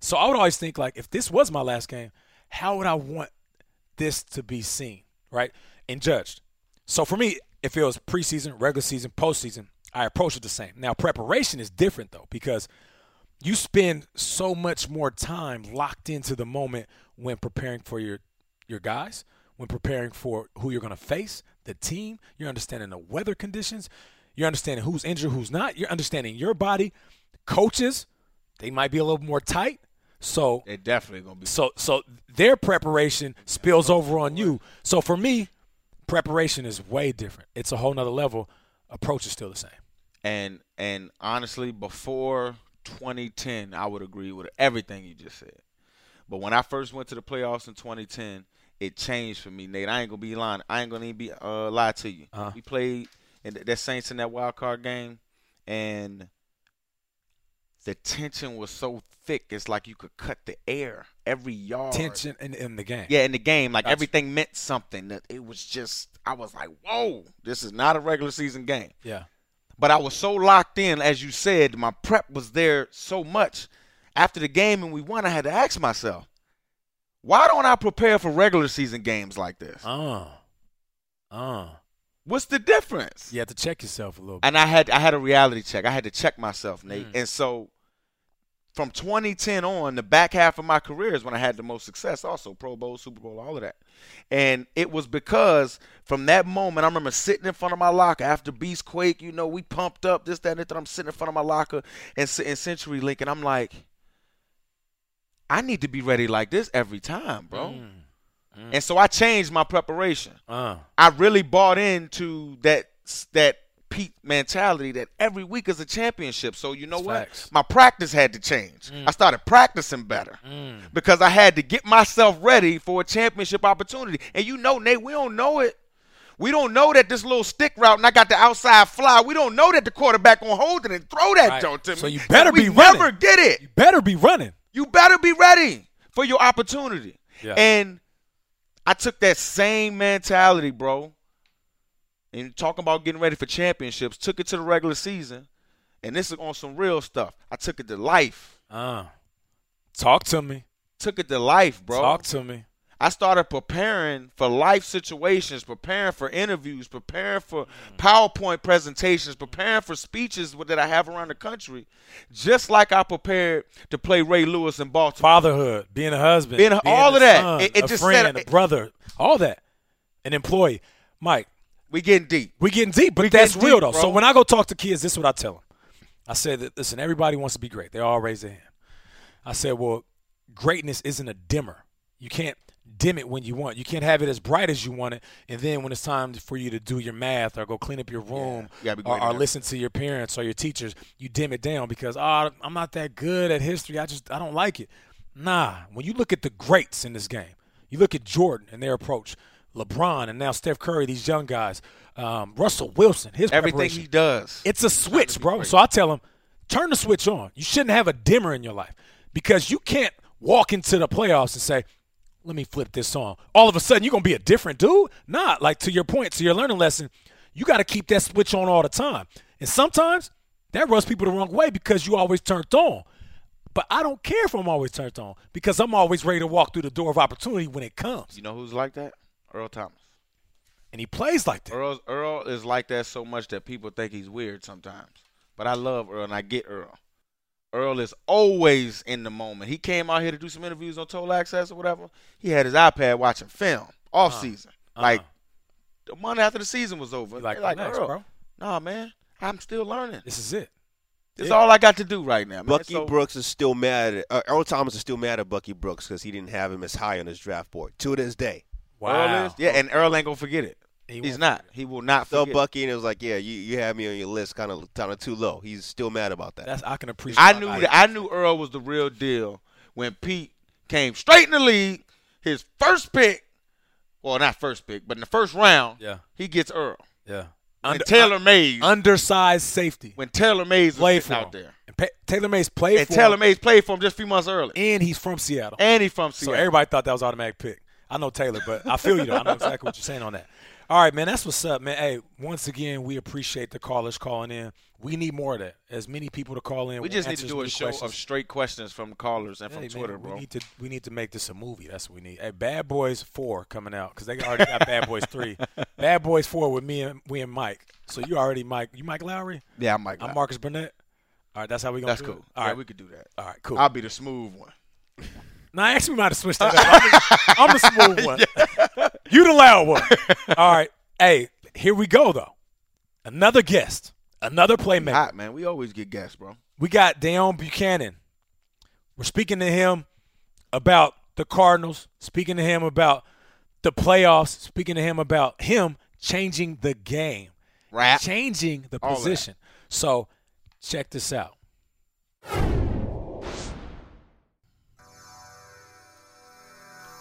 Speaker 1: So I would always think like, if this was my last game, how would I want this to be seen, right, and judged? So for me, if it was preseason, regular season, postseason, I approach it the same. Now preparation is different though because you spend so much more time locked into the moment when preparing for your your guys, when preparing for who you're going to face, the team, you're understanding the weather conditions, you're understanding who's injured, who's not, you're understanding your body, coaches, they might be a little more tight. So
Speaker 2: They definitely gonna be.
Speaker 1: so so their preparation spills over on you. So for me, preparation is way different. It's a whole nother level. Approach is still the same.
Speaker 2: And and honestly, before 2010, I would agree with everything you just said. But when I first went to the playoffs in 2010, it changed for me, Nate. I ain't gonna be lying. I ain't gonna even be uh, lie to you.
Speaker 1: Uh-huh.
Speaker 2: We played in th- that Saints in that wild card game, and the tension was so thick. It's like you could cut the air every yard.
Speaker 1: Tension in, in the game.
Speaker 2: Yeah, in the game, like
Speaker 1: Gotcha.
Speaker 2: everything meant something. That It was just, I was like, whoa, this is not a regular season game.
Speaker 1: Yeah.
Speaker 2: But I was so locked in, as you said, my prep was there so much. After the game and we won, I had to ask myself, why don't I prepare for regular season games like this?
Speaker 1: Uh. Uh.
Speaker 2: What's the difference?
Speaker 1: You have to check yourself a little bit.
Speaker 2: And I had I had a reality check. I had to check myself, Nate. And so from 2010 on, the back half of my career is when I had the most success, also Pro Bowl, Super Bowl, all of that. And it was because from that moment, I remember sitting in front of my locker after Beast Quake, you know, we pumped up this, that, and that. I'm sitting in front of my locker and sitting Century Link, and I'm like, I need to be ready like this every time, bro. And so I changed my preparation.
Speaker 1: Uh,
Speaker 2: I really bought into that that peak mentality that every week is a championship. So you know
Speaker 1: That's
Speaker 2: what?
Speaker 1: facts. Mm.
Speaker 2: My practice had to change. I started practicing better because I had to get myself ready for a championship opportunity. And you know, Nate, we don't know it. We don't know that this little stick route and I got the outside fly. We don't know that the quarterback gonna hold it and throw that
Speaker 1: Right.
Speaker 2: joint to me.
Speaker 1: So you better
Speaker 2: we
Speaker 1: be
Speaker 2: never
Speaker 1: running.
Speaker 2: get it.
Speaker 1: you better be running.
Speaker 2: You better be ready for your opportunity.
Speaker 1: Yeah.
Speaker 2: And I took that same mentality, bro, and talking about getting ready for championships, took it to the regular season. And this is on some real stuff. I took it to life.
Speaker 1: Uh, talk to me.
Speaker 2: Took it to life, bro.
Speaker 1: Talk to me.
Speaker 2: I started preparing for life situations, preparing for interviews, preparing for PowerPoint presentations, preparing for speeches that I have around the country, just like I prepared to play Ray Lewis in Baltimore.
Speaker 1: Fatherhood, being a husband,
Speaker 2: Being a- all
Speaker 1: a
Speaker 2: of that.
Speaker 1: son,
Speaker 2: It- it
Speaker 1: a
Speaker 2: just
Speaker 1: friend,
Speaker 2: set-
Speaker 1: a brother, all that, an employee. Mike,
Speaker 2: We getting deep.
Speaker 1: we getting deep, but
Speaker 2: getting
Speaker 1: that's real
Speaker 2: deep,
Speaker 1: though.
Speaker 2: bro.
Speaker 1: So when I go talk to kids, this is what I tell them. I said that listen, everybody wants to be great. They all raise their hand. I said, well, greatness isn't a dimmer. You can't dim it when you want. You can't have it as bright as you want it, and then when it's time for you to do your math or go clean up your room
Speaker 2: you gotta be
Speaker 1: or,
Speaker 2: great at
Speaker 1: or
Speaker 2: that.
Speaker 1: listen to your parents or your teachers, you dim it down because oh, I'm not that good at history. I just I don't like it. Nah, when you look at the greats in this game, you look at Jordan and their approach, LeBron and now Steph Curry, these young guys, um, Russell Wilson, his
Speaker 2: Everything
Speaker 1: preparation.
Speaker 2: he does.
Speaker 1: It's a switch, bro. So I tell him, turn the switch on. You shouldn't have a dimmer in your life because you can't walk into the playoffs and say, let me flip this on. All of a sudden, you're going to be a different dude? Nah, like to your point, to your learning lesson, you got to keep that switch on all the time. And sometimes that rubs people the wrong way because you always turned on. But I don't care if I'm always turned on because I'm always ready to walk through the door of opportunity when it comes.
Speaker 2: You know who's like that? Earl Thomas.
Speaker 1: And he plays like that.
Speaker 2: Earl Earl is like that so much that people think he's weird sometimes. But I love Earl and I get Earl. Earl is always in the moment. He came out here to do some interviews on Total Access or whatever. He had his iPad watching film off season, like a month after the season was
Speaker 1: Uh-huh.
Speaker 2: over.
Speaker 1: You like,
Speaker 2: They're
Speaker 1: relax,
Speaker 2: Earl,
Speaker 1: bro.
Speaker 2: nah, man, I'm still learning.
Speaker 1: This is it.
Speaker 2: It's
Speaker 1: yeah.
Speaker 2: all I got to do right now. Man.
Speaker 5: Bucky
Speaker 2: So-
Speaker 5: Brooks is still mad at uh, Earl Thomas is still mad at Bucky Brooks because he didn't have him as high on his draft board to this day.
Speaker 2: Earl is, yeah, and Earl ain't gonna forget it.
Speaker 1: He
Speaker 2: he's
Speaker 1: won't
Speaker 2: not. He will not
Speaker 5: So
Speaker 2: forget. it.
Speaker 5: Bucky and it was like, yeah, you, you had me on your list, kind of kind of too low. He's still mad about that.
Speaker 1: That's I can appreciate.
Speaker 2: I knew
Speaker 1: that.
Speaker 2: that, I knew Earl was the real deal when Pete came straight in the league. His first pick, well, not first pick, but in the first round,
Speaker 1: Yeah.
Speaker 2: he gets Earl.
Speaker 1: Yeah.
Speaker 2: and Taylor Mays,
Speaker 1: undersized safety.
Speaker 2: uh, when Taylor Mays was
Speaker 1: Played for
Speaker 2: sitting out
Speaker 1: him.
Speaker 2: there,
Speaker 1: And pa- Taylor Mays played
Speaker 2: and
Speaker 1: for
Speaker 2: Taylor
Speaker 1: him,
Speaker 2: Mays played for him just a few months early,
Speaker 1: and he's from Seattle.
Speaker 2: and he from
Speaker 1: So
Speaker 2: Seattle.
Speaker 1: everybody thought that was automatic pick. I know Taylor, but I feel you though. I know exactly what you're saying on that. All right, man, that's what's up, man. Hey, once again, we appreciate the callers calling in. We need more of that. As many people to call in.
Speaker 2: we just need to
Speaker 1: answers
Speaker 2: do a
Speaker 1: new
Speaker 2: show
Speaker 1: questions.
Speaker 2: of straight questions from callers and
Speaker 1: Hey,
Speaker 2: from
Speaker 1: man,
Speaker 2: Twitter, bro.
Speaker 1: We need to we need to make this a movie. That's what we need. Hey, Bad Boys Four coming out because they already got Bad Boys Three. Bad Boys Four with me and we and Mike. So you already Mike. You Mike Lowry.
Speaker 2: yeah, I'm like,
Speaker 1: I'm Marcus Burnett. All right, that's how we gonna
Speaker 2: that's
Speaker 1: do
Speaker 2: cool.
Speaker 1: it. All
Speaker 2: yeah,
Speaker 1: right,
Speaker 2: we could do that.
Speaker 1: all right, cool.
Speaker 2: I'll be the smooth one.
Speaker 1: now, actually, we might have switched that up. I'm the, I'm the smooth one. you the loud one. All right. Hey, here we go, though. Another guest, another playmaker.
Speaker 2: Hot man, we always get guests, bro.
Speaker 1: We got Deion Buchanan. We're speaking to him about the Cardinals, speaking to him about the playoffs, speaking to him about him changing the game,
Speaker 2: Rap.
Speaker 1: changing the
Speaker 2: All that.
Speaker 1: position. So, check this out.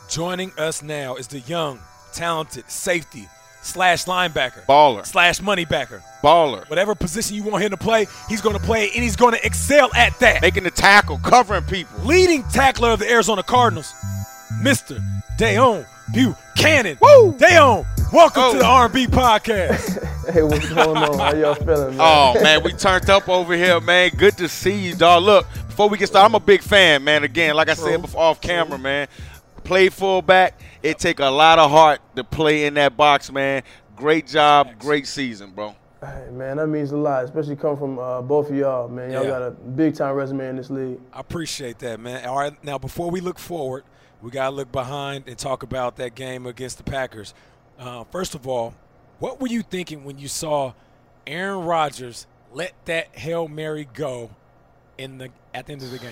Speaker 1: Joining us now is the young, talented safety slash linebacker,
Speaker 2: Baller.
Speaker 1: slash money backer.
Speaker 2: Baller,
Speaker 1: Whatever position you want him to play, he's going to play it, and he's going to excel at that.
Speaker 2: making the tackle, covering people.
Speaker 1: Leading tackler of the Arizona Cardinals, Mr. Dayon Buchanan.
Speaker 2: Woo!
Speaker 1: Dayon, welcome
Speaker 2: Oh.
Speaker 1: to the R&B podcast.
Speaker 8: Hey, what's going on? How y'all feeling, man?
Speaker 2: Oh man, we turned up over here, man. Good to see you, dog. Look, before we get started, I'm a big fan, man. Again, like I said before off camera, man. Play fullback. It take a lot of heart to play in that box, man. Great job, great season, bro.
Speaker 8: Hey, man, that means a lot, especially coming from uh, both of y'all, man. Y'all
Speaker 1: Yeah.
Speaker 8: got a big time resume in this league.
Speaker 1: I appreciate that, man. All right, now before we look forward, we gotta look behind and talk about that game against the Packers. Uh, first of all, what were you thinking when you saw Aaron Rodgers let that hail mary go in the at the end of the game?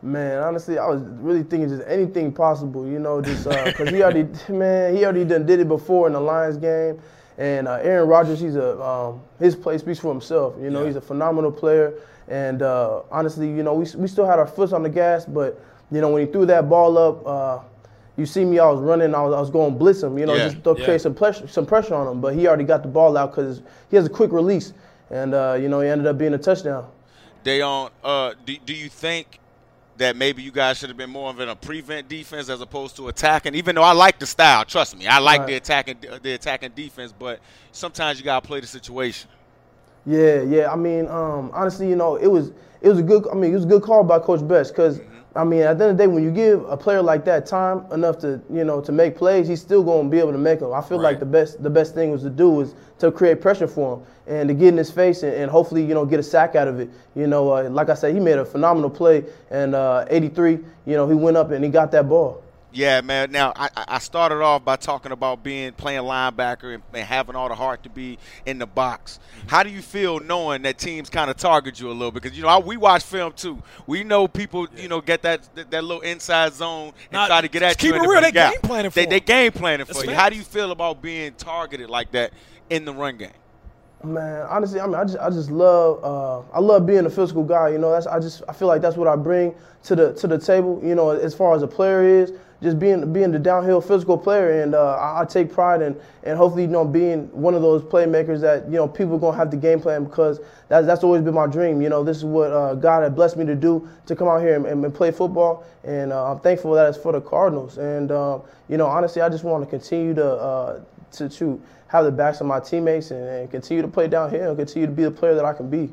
Speaker 8: Man, honestly, I was really thinking just anything possible, you know, just because he already, man, he already done did it before in the Lions game, and uh, Aaron Rodgers, he's a um, his play speaks for himself, you know, he's a phenomenal player, and uh, honestly, you know, we we still had our foot on the gas, but you know, when he threw that ball up, uh, you see me, I was running, I was, I was going blitz him, you know,
Speaker 2: Yeah,
Speaker 8: just to
Speaker 1: yeah.
Speaker 8: create some pressure, some pressure on him, but he already got the ball out because he has a quick release, and uh, you know, he ended up being a touchdown.
Speaker 2: They on. Uh, do, do you think that maybe you guys should have been more of in a prevent defense as opposed to attacking? Even though I like the style, trust me, I like the
Speaker 8: Right.
Speaker 2: attacking the attacking defense, but sometimes you gotta play the situation.
Speaker 8: Yeah, yeah. I mean, um, honestly, you know, it was it was a good. I mean, it was a good call by Coach Best because I mean, at the end of the day, when you give a player like that time enough to you know to make plays, he's still going to be able to make them. I feel like the best the best thing was to do was to create pressure for him and to get in his face and, and hopefully you know get a sack out of it. You know, uh, like I said, he made a phenomenal play and uh, 83. You know, he went up and he got that ball.
Speaker 2: Yeah, man. Now I, I I started off by talking about being playing linebacker and, and having all the heart to be in the box.
Speaker 1: Mm-hmm.
Speaker 2: How do you feel knowing that teams kind of target you a little bit? Because you know I, we watch film too. We know people you know get that that, that little inside zone and
Speaker 1: Nah,
Speaker 2: try to get at
Speaker 1: keep
Speaker 2: you. in
Speaker 1: it
Speaker 2: the
Speaker 1: real,
Speaker 2: big
Speaker 1: they
Speaker 2: gap.
Speaker 1: game planning
Speaker 2: They,
Speaker 1: for
Speaker 2: they
Speaker 1: 'em.
Speaker 2: game planning for
Speaker 1: That's
Speaker 2: you. How do you
Speaker 1: facts.
Speaker 2: feel about being targeted like that in the run game?
Speaker 8: Man, honestly, I mean, I just, I just love, uh, I love being a physical guy. You know, that's, I just, I feel like that's what I bring to the, to the table. You know, as far as a player is, just being, being the downhill physical player, and uh, I, I take pride in, and hopefully, you know, being one of those playmakers that you know people gonna have to game plan because that's, that's always been my dream. You know, this is what uh, God had blessed me to do to come out here and, and, play football, and uh, I'm thankful that it's for the Cardinals. And um, you know, honestly, I just want to continue to. Uh, to, to have the backs of my teammates and, and continue to play down here and continue to be the player that I can be.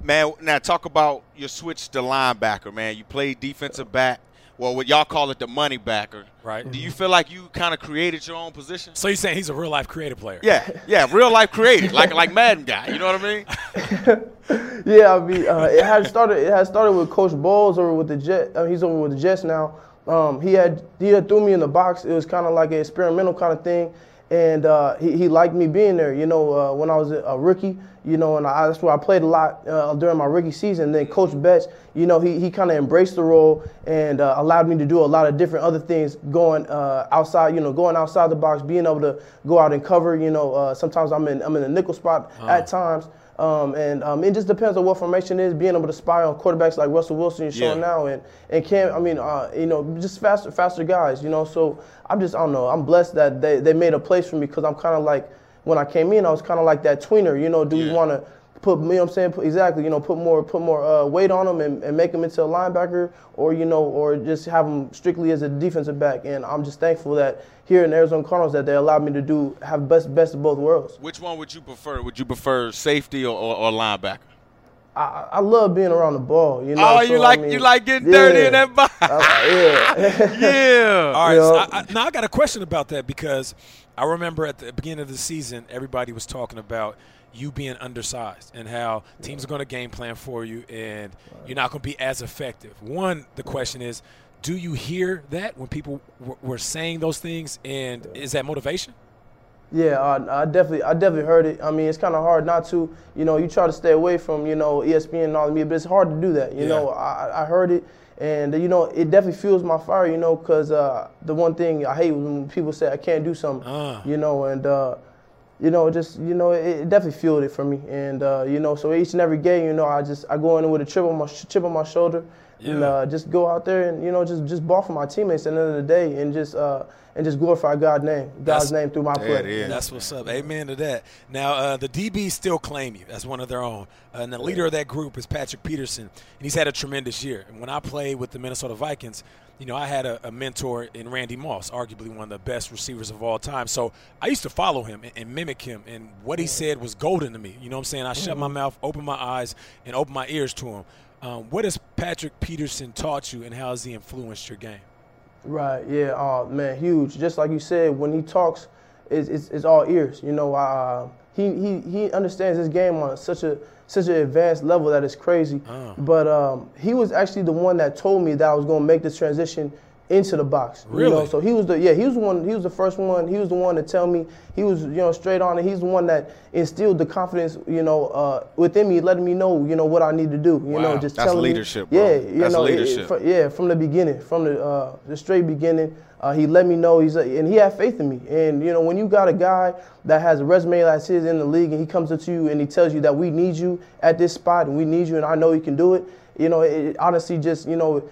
Speaker 2: Man, now talk about your switch to linebacker, man. You play defensive back. Well, what y'all call it the money backer.
Speaker 1: Right.
Speaker 2: Do you feel like you kind of created your own position?
Speaker 1: So you're saying he's a real life creative player?
Speaker 2: Yeah, yeah, real life creative, like like Madden guy. You know what I mean?
Speaker 8: Yeah, I mean, uh, it had started. It had started with Coach Bowles over with the Jet. Uh, he's over with the Jets now. Um, he had he had threw me in the box. It was kind of like an experimental kind of thing, and uh, he he liked me being there. You know, uh, when I was a, a rookie, you know, and I, that's where I played a lot uh, during my rookie season. Then Coach Betts, you know, he he kind of embraced the role and uh, allowed me to do a lot of different other things, going uh, outside. You know, going outside the box, being able to go out and cover. You know, uh, sometimes I'm in I'm in a nickel spot at times. Um, and um, it just depends on what formation it is. Being able to spy on quarterbacks like Russell Wilson you're showing
Speaker 2: Yeah.
Speaker 8: now, and and Cam, I mean, uh, you know, just faster, faster guys. You know, so I'm just, I don't know. I'm blessed that they, they made a place for me because I'm kind of like when I came in, I was kind of like that tweener. You know, do we want to put, you know, what I'm saying, put, exactly. You know, put more, put more uh, weight on them and, and make them into a linebacker, or you know, or just have them strictly as a defensive back. And I'm just thankful that here in Arizona Cardinals that they allowed me to do have best best of both worlds.
Speaker 2: Which one would you prefer? Would you prefer safety or, or, or linebacker?
Speaker 8: I, I love being around the ball. You know.
Speaker 2: oh, you
Speaker 8: so, I
Speaker 2: like you
Speaker 8: mean,
Speaker 2: like getting dirty
Speaker 8: yeah.
Speaker 2: in that box?
Speaker 8: I- yeah.
Speaker 2: yeah.
Speaker 1: All right. so
Speaker 8: Yeah.
Speaker 1: I, I, now I got a question about that because I remember at the beginning of the season, everybody was talking about you being undersized and how teams are going to game plan for you and you're not going to be as effective. One, the question is, do you hear that when people w- were saying those things, and is that motivation?
Speaker 8: Yeah, I, I definitely, I definitely heard it. I mean, it's kind of hard not to, you know. You try to stay away from, you know, E ESPN and all the media, but it's hard to do that. You
Speaker 1: Yeah.
Speaker 8: know, I, I heard it, and you know, it definitely fuels my fire. You know, because uh, the one thing I hate when people say I can't do something.
Speaker 1: Ah.
Speaker 8: You know, and uh, you know, just you know, it, it definitely fueled it for me. And uh, you know, so each and every game, you know, I just I go in with a chip on my sh- chip on my shoulder, and
Speaker 1: Yeah.
Speaker 8: uh, just go out there and you know, just just ball for my teammates at the end of the day, and just uh, and just glorify God's name,
Speaker 1: That's-
Speaker 8: God's name through my play.
Speaker 2: it is.
Speaker 1: That's what's up. Amen to that. Now, uh, the DBs still claim you as one of their own. Uh, and the leader of that group is Patrick Peterson, and he's had a tremendous year. And when I played with the Minnesota Vikings, you know, I had a, a mentor in Randy Moss, arguably one of the best receivers of all time. So I used to follow him and, and mimic him, and what he said was golden to me. You know what I'm saying? I shut my mouth, opened my eyes, and opened my ears to him. Um, what has Patrick Peterson taught you, and how has he influenced your game?
Speaker 8: Right. Yeah. Oh man, huge. Just like you said, when he talks, it's it's, it's all ears. You know, uh, he he he understands his game on such a such an advanced level that it's crazy.
Speaker 2: Ah.
Speaker 8: But um, he was actually the one that told me that I was going to make this transition into the box. You know?
Speaker 1: Really?
Speaker 8: So he was the yeah he was the one he was the first one he was the one to tell me he was you know straight on and he's the one that instilled the confidence you know uh, within me, letting me know you know what I need to do. You know,
Speaker 1: Wow.
Speaker 8: just
Speaker 2: That's
Speaker 8: telling me-
Speaker 2: leadership, bro.
Speaker 8: Yeah, you
Speaker 2: That's
Speaker 8: know, it- it-
Speaker 2: leadership.
Speaker 8: fr- yeah, from the beginning, from the uh, the straight beginning, uh, he let me know he's and he had faith in me. And you know, when you got a guy that has a resume like his in the league, and he comes up to you and he tells you that we need you at this spot, and we need you, and I know you can do it. You know, it, it honestly just you know,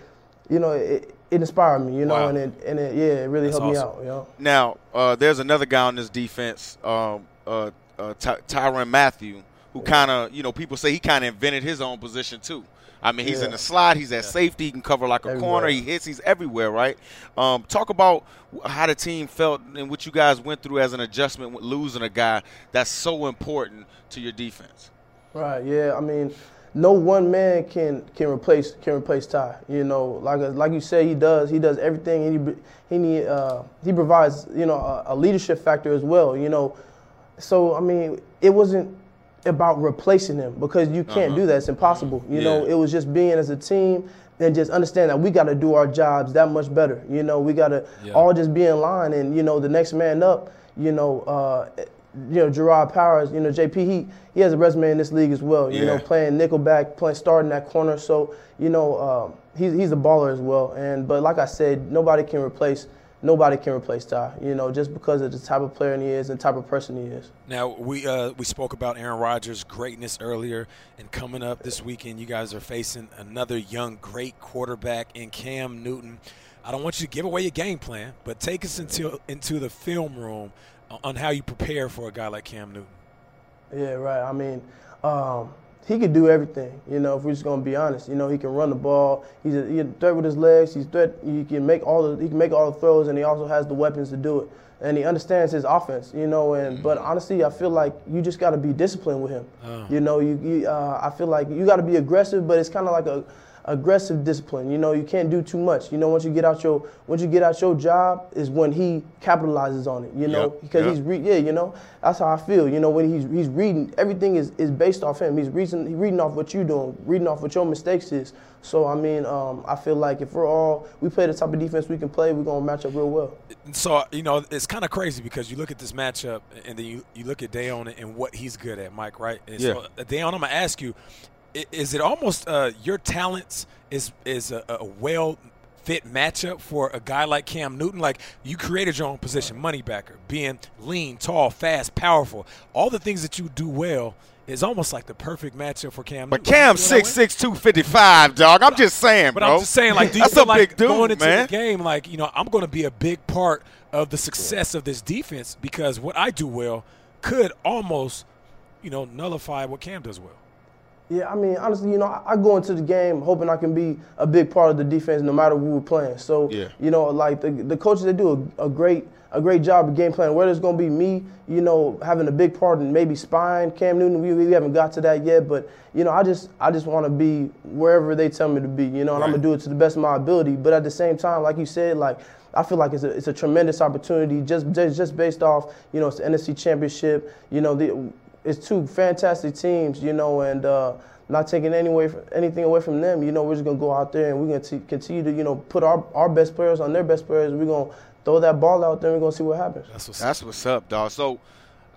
Speaker 8: you know, it, it inspired me. You know,
Speaker 1: Wow.
Speaker 8: and it and it, yeah, it really
Speaker 1: That's
Speaker 8: helped
Speaker 1: awesome.
Speaker 8: me out. You know,
Speaker 2: Now, uh, there's another guy on this defense, um, uh, uh, Ty- Tyron Matthew, who kind of, you know, people say he kind of invented his own position too. I mean, he's in
Speaker 8: Yeah.
Speaker 2: the slot, he's at safety, he can cover like a corner,
Speaker 8: Everywhere.
Speaker 2: he hits, he's everywhere, right? Um, talk about how the team felt and what you guys went through as an adjustment with losing a guy that's so important to your defense.
Speaker 8: right? Yeah, I mean. No one man can can replace can replace Ty. You know, like like you said, he does he does everything. and He br- he need, uh, he provides you know a, a leadership factor as well. You know, So I mean, it wasn't about replacing him because you can't do that. It's impossible. You know,
Speaker 2: Yeah.
Speaker 8: it was just being as a team and just understand that we got to do our jobs that much better. You know, we got to all just be in line and you know the next man up. You know, uh, you know Gerard Powers. You know JP. He he has a resume in this league as well. You know,
Speaker 2: Yeah.
Speaker 8: playing nickelback, playing starting that corner. So you know, um, he's he's a baller as well. And but like I said, nobody can replace. Nobody can replace Ty, you know, just because of the type of player he is and type of person he is.
Speaker 1: Now we uh, we spoke about Aaron Rodgers' greatness earlier, and coming up this weekend, you guys are facing another young great quarterback in Cam Newton. I don't want you to give away your game plan, but take us into into the film room on- on how you prepare for a guy like Cam Newton.
Speaker 8: Yeah, right. I mean, um, he could do everything. You know, if we're just gonna be honest, you know, he can run the ball. He's a, he a threat with his legs. He's threat. He can make all the he can make all the throws, and he also has the weapons to do it. And he understands his offense. You know, and but honestly, I feel like you just gotta be disciplined with him. You know, you, you uh, I feel like you gotta be aggressive, but it's kind of like a aggressive discipline. You know, you can't do too much. You know, once you get out your once you get out your job is when he capitalizes on it. You know,
Speaker 2: Yep,
Speaker 8: because
Speaker 2: yep.
Speaker 8: he's re- yeah, you know, that's how I feel. You know, when he's he's reading, everything is, is based off him. He's reading he's reading off what you're doing, reading off what your mistakes is. So I mean, um, I feel like if we're all we play the type of defense we can play, we're gonna match up real well.
Speaker 1: And so you know it's kind of crazy because you look at this matchup and then you, you look at Dayon and what he's good at, Mike. Right? And So Dayon, I'm gonna ask you: i- Is it almost uh, your talents is is a, a well fit matchup for a guy like Cam Newton? Like you created your own position, money backer, being lean, tall, fast, powerful, all the things that you do well is almost like the perfect matchup for Cam.
Speaker 2: But
Speaker 1: Newton.
Speaker 2: Cam
Speaker 1: You know what I mean?
Speaker 2: 6'6", 255, dog. I'm just saying,
Speaker 1: But
Speaker 2: bro.
Speaker 1: I'm just saying, like, do you
Speaker 2: That's
Speaker 1: feel
Speaker 2: a
Speaker 1: like
Speaker 2: big dude,
Speaker 1: going into
Speaker 2: man.
Speaker 1: the game, like, you know, I'm going to be a big part of the success of this defense because what I do well could almost, you know, nullify what Cam does well.
Speaker 8: Yeah, I mean, honestly, you know, I, I go into the game hoping I can be a big part of the defense, no matter who we're playing. So,
Speaker 2: Yeah.
Speaker 8: you know, like the, the coaches, they do a, a great a great job of game plan. Whether it's going to be me, you know, having a big part in maybe spying Cam Newton, we, we haven't got to that yet. But you know, I just I just want to be wherever they tell me to be. You know, and I'm gonna do it to the best of my ability. But at the same time, like you said, like I feel like it's a, it's a tremendous opportunity just, just just based off you know it's the NFC Championship. You know the it's two fantastic teams, you know, and uh, not taking any way anything away from them. You know, we're just gonna go out there and we're gonna t- continue to, you know, put our, our best players on their best players. We're gonna throw that ball out there. and We're gonna see what happens.
Speaker 1: That's what's
Speaker 2: That's what's up, dog. So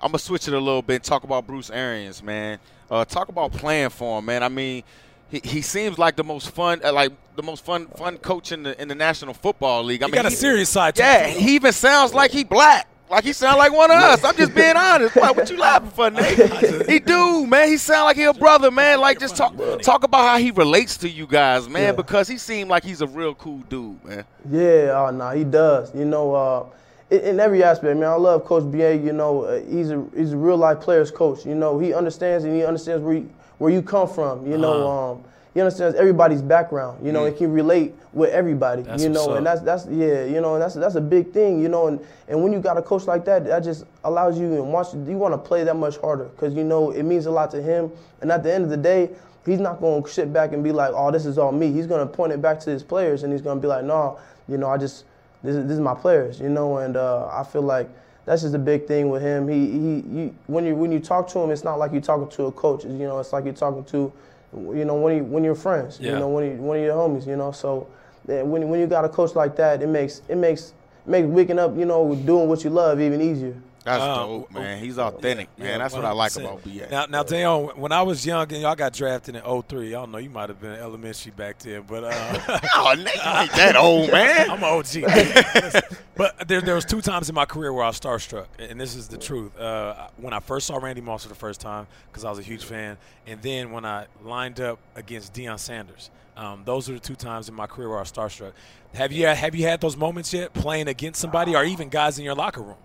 Speaker 2: I'm gonna switch it a little bit. and Talk about Bruce Arians, man. Uh, talk about playing for him, man. I mean, he, he seems like the most fun, uh, like the most fun fun coach in the in the National Football League. I
Speaker 1: He
Speaker 2: mean,
Speaker 1: got a
Speaker 2: he-
Speaker 1: serious side to
Speaker 2: Yeah,
Speaker 1: him.
Speaker 2: he even sounds like he black. Like he sound like one of us. I'm just being honest. Why, what you laughing for, Nate? He do, man. He sound like he a brother, man. Like just talk talk about how he relates to you guys, man.
Speaker 8: Yeah.
Speaker 2: Because he seemed like he's a real cool dude, man.
Speaker 8: Yeah, oh, nah, he does. You know, uh, in, in every aspect, man. I love Coach BA. You know, uh, he's a he's a real life players coach. You know, he understands and he understands where you, where you come from. You know,
Speaker 1: Uh-huh.
Speaker 8: um, he understands everybody's background. You know, and can relate with everybody. you
Speaker 1: what's
Speaker 8: know, and
Speaker 1: up.
Speaker 8: that's that's yeah. You know, and that's that's a big thing. You know, and and when you got a coach like that, that just allows you and wants you want to play that much harder because you know it means a lot to him. And at the end of the day. He's not going to sit back and be like, "Oh, this is all me." He's going to point it back to his players, and he's going to be like, "No, you know, I just this is, this is my players, you know, and uh, I feel like that's just a big thing with him. He, he, you, when you when you talk to him, it's not like you're talking to a coach. You know, it's like you're talking to, you know, when you when you're friends.
Speaker 1: Yeah.
Speaker 8: You know, when you, one of your homies. You know, so eh, when when you got a coach like that, it makes it makes makes waking up, you know, doing what you love even easier.
Speaker 2: That's
Speaker 1: Um,
Speaker 2: dope, man. He's authentic, man. That's what I like about BA.
Speaker 1: Now, now, Dayon, when I was young and y'all got drafted in 03, I don't know, you might have been elementary back then, but uh,
Speaker 2: oh, nigga, you ain't that old, Oh, man.
Speaker 1: I'm an OG. Listen, but there, there was two times in my career where I was starstruck, and this is the truth. Uh, when I first saw Randy Moss for the first time, because I was a huge fan, and then when I lined up against Deion Sanders. Um, those are the two times in my career where I was starstruck. Have you have you had those moments yet, playing against somebody or even guys in your locker room?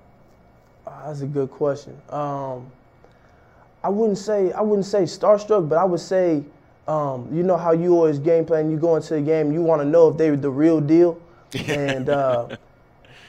Speaker 8: Ah, That's a good question. Um, I wouldn't say I wouldn't say starstruck, but I would say, um, you know how you always game plan. You go into the game, you want to know if they were the real deal. And uh,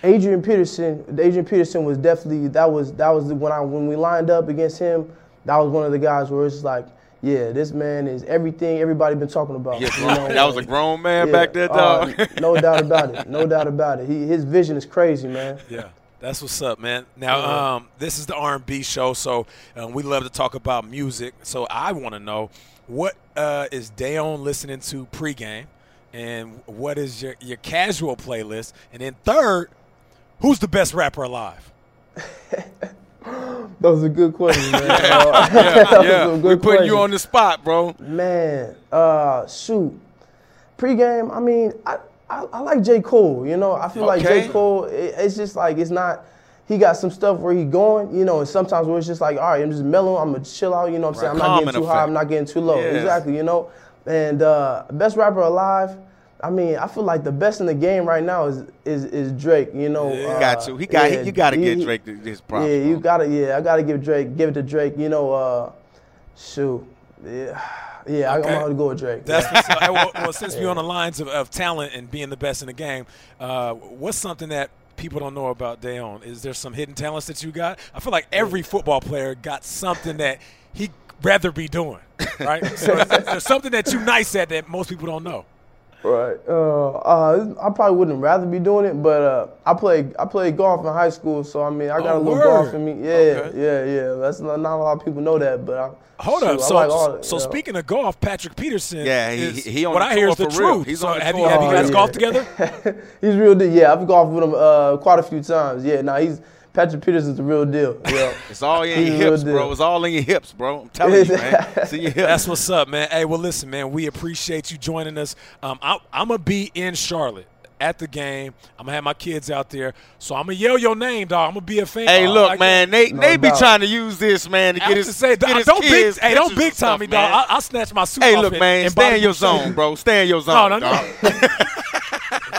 Speaker 8: Adrian Peterson, Adrian Peterson was definitely that was that was the, when I when we lined up against him. That was one of the guys where it's like, yeah, this man is everything everybody been talking about.
Speaker 2: Yes,
Speaker 8: You know,
Speaker 2: that was a
Speaker 8: like-
Speaker 2: grown man
Speaker 8: yeah,
Speaker 2: back there,
Speaker 8: uh,
Speaker 2: dog.
Speaker 8: no doubt about it. No doubt about it. He, his vision is crazy, man.
Speaker 1: Yeah, that's what's up, man. Now, um, this is the R&B show, so um, we love to talk about music. So I want to know what uh, is Dayon listening to pregame, and what is your your casual playlist, and then third, who's the best rapper alive?
Speaker 8: Those are good questions, man. Uh,
Speaker 2: yeah,
Speaker 8: those
Speaker 2: yeah.
Speaker 8: are
Speaker 2: We
Speaker 8: good
Speaker 2: putting you
Speaker 8: questions.
Speaker 2: on the spot, bro.
Speaker 8: Man, uh, shoot. Pre-game, I mean, I, I, I like J. Cole. You know, I feel like
Speaker 2: Okay.
Speaker 8: J. Cole. It, it's just like it's not. He got some stuff where he going, you know, and sometimes where it's just like, all right, I'm just mellow. I'm gonna chill out. You know, what I'm saying I'm not
Speaker 2: Calming
Speaker 8: getting too high.
Speaker 2: effect.
Speaker 8: I'm not getting too low.
Speaker 2: Yes.
Speaker 8: Exactly. You know, and uh, best rapper alive. I mean, I feel like the best in the game right now is is, is Drake. You know, Uh,
Speaker 2: He got to. He got.
Speaker 8: yeah,
Speaker 2: he, you got to get
Speaker 8: he-
Speaker 2: Drake th- his props.
Speaker 8: yeah, you
Speaker 2: bro.
Speaker 8: gotta. Yeah, I gotta give Drake. Give it to Drake. You know, uh, shoot. Yeah, yeah. I, I'm
Speaker 1: Okay.
Speaker 8: gonna have to go with Drake.
Speaker 1: That's what's up. Hey, well, well, since we're on the lines of, of talent and being the best in the game, uh, what's something that people don't know about Dayon? Is there some hidden talents that you got? I feel like every football player got something that he rather be doing, right? so is there something that you nice at that most people don't know?
Speaker 8: right. Uh, uh, I probably wouldn't rather be doing it, but uh, I played I played golf in high school, so I mean I
Speaker 1: Oh,
Speaker 8: got a little
Speaker 1: word.
Speaker 8: golf in me. Yeah,
Speaker 1: Okay.
Speaker 8: yeah, yeah. That's not, not a lot of people know that, but I,
Speaker 1: Hold
Speaker 8: shoot,
Speaker 1: up.
Speaker 8: I
Speaker 1: So,
Speaker 8: like all that,
Speaker 1: so
Speaker 8: you know.
Speaker 1: speaking of golf, Patrick Peterson.
Speaker 2: Yeah, he-
Speaker 1: is-
Speaker 2: he- he on
Speaker 1: what
Speaker 2: the
Speaker 1: I hear
Speaker 2: tour
Speaker 1: is the
Speaker 2: for real.
Speaker 1: truth.
Speaker 2: He's
Speaker 1: so
Speaker 2: on the
Speaker 1: have you
Speaker 2: tour
Speaker 1: have you
Speaker 8: for
Speaker 1: guys
Speaker 8: real.
Speaker 1: golfed together?
Speaker 8: he's real deal. Yeah, I've golfed with him uh, quite a few times. Yeah, now he's Patrick Peterson's the real deal. Yeah.
Speaker 2: It's all in
Speaker 8: He's
Speaker 2: your
Speaker 8: the real
Speaker 2: hips, bro.
Speaker 8: deal.
Speaker 2: It's all in your hips, bro. I'm telling you, man. It's in your hips.
Speaker 1: That's what's up, man. Hey, well, listen, man, we appreciate you joining us. Um, I, I'm going to be in Charlotte at the game. I'm going to have my kids out there. So I'm going to yell your name, dog. I'm going to be a fan.
Speaker 2: Hey,
Speaker 1: dog.
Speaker 2: look,
Speaker 1: Like,
Speaker 2: man. They
Speaker 8: No
Speaker 2: they be
Speaker 8: doubt.
Speaker 2: trying to use this, man, to
Speaker 1: I
Speaker 2: get
Speaker 1: was
Speaker 2: his,
Speaker 1: to say,
Speaker 2: get
Speaker 1: dog,
Speaker 2: his
Speaker 1: don't big,
Speaker 2: kids
Speaker 1: hey, don't
Speaker 2: pictures
Speaker 1: big
Speaker 2: and stuff,
Speaker 1: time me,
Speaker 2: man.
Speaker 1: dog. I, I snatch my suit
Speaker 2: hey,
Speaker 1: off
Speaker 2: look,
Speaker 1: and-
Speaker 2: man.
Speaker 1: and
Speaker 2: Stay
Speaker 1: Bobby
Speaker 2: in your
Speaker 1: Boucher.
Speaker 2: zone, bro. Stay in your zone.
Speaker 1: No, no, no.
Speaker 2: dog.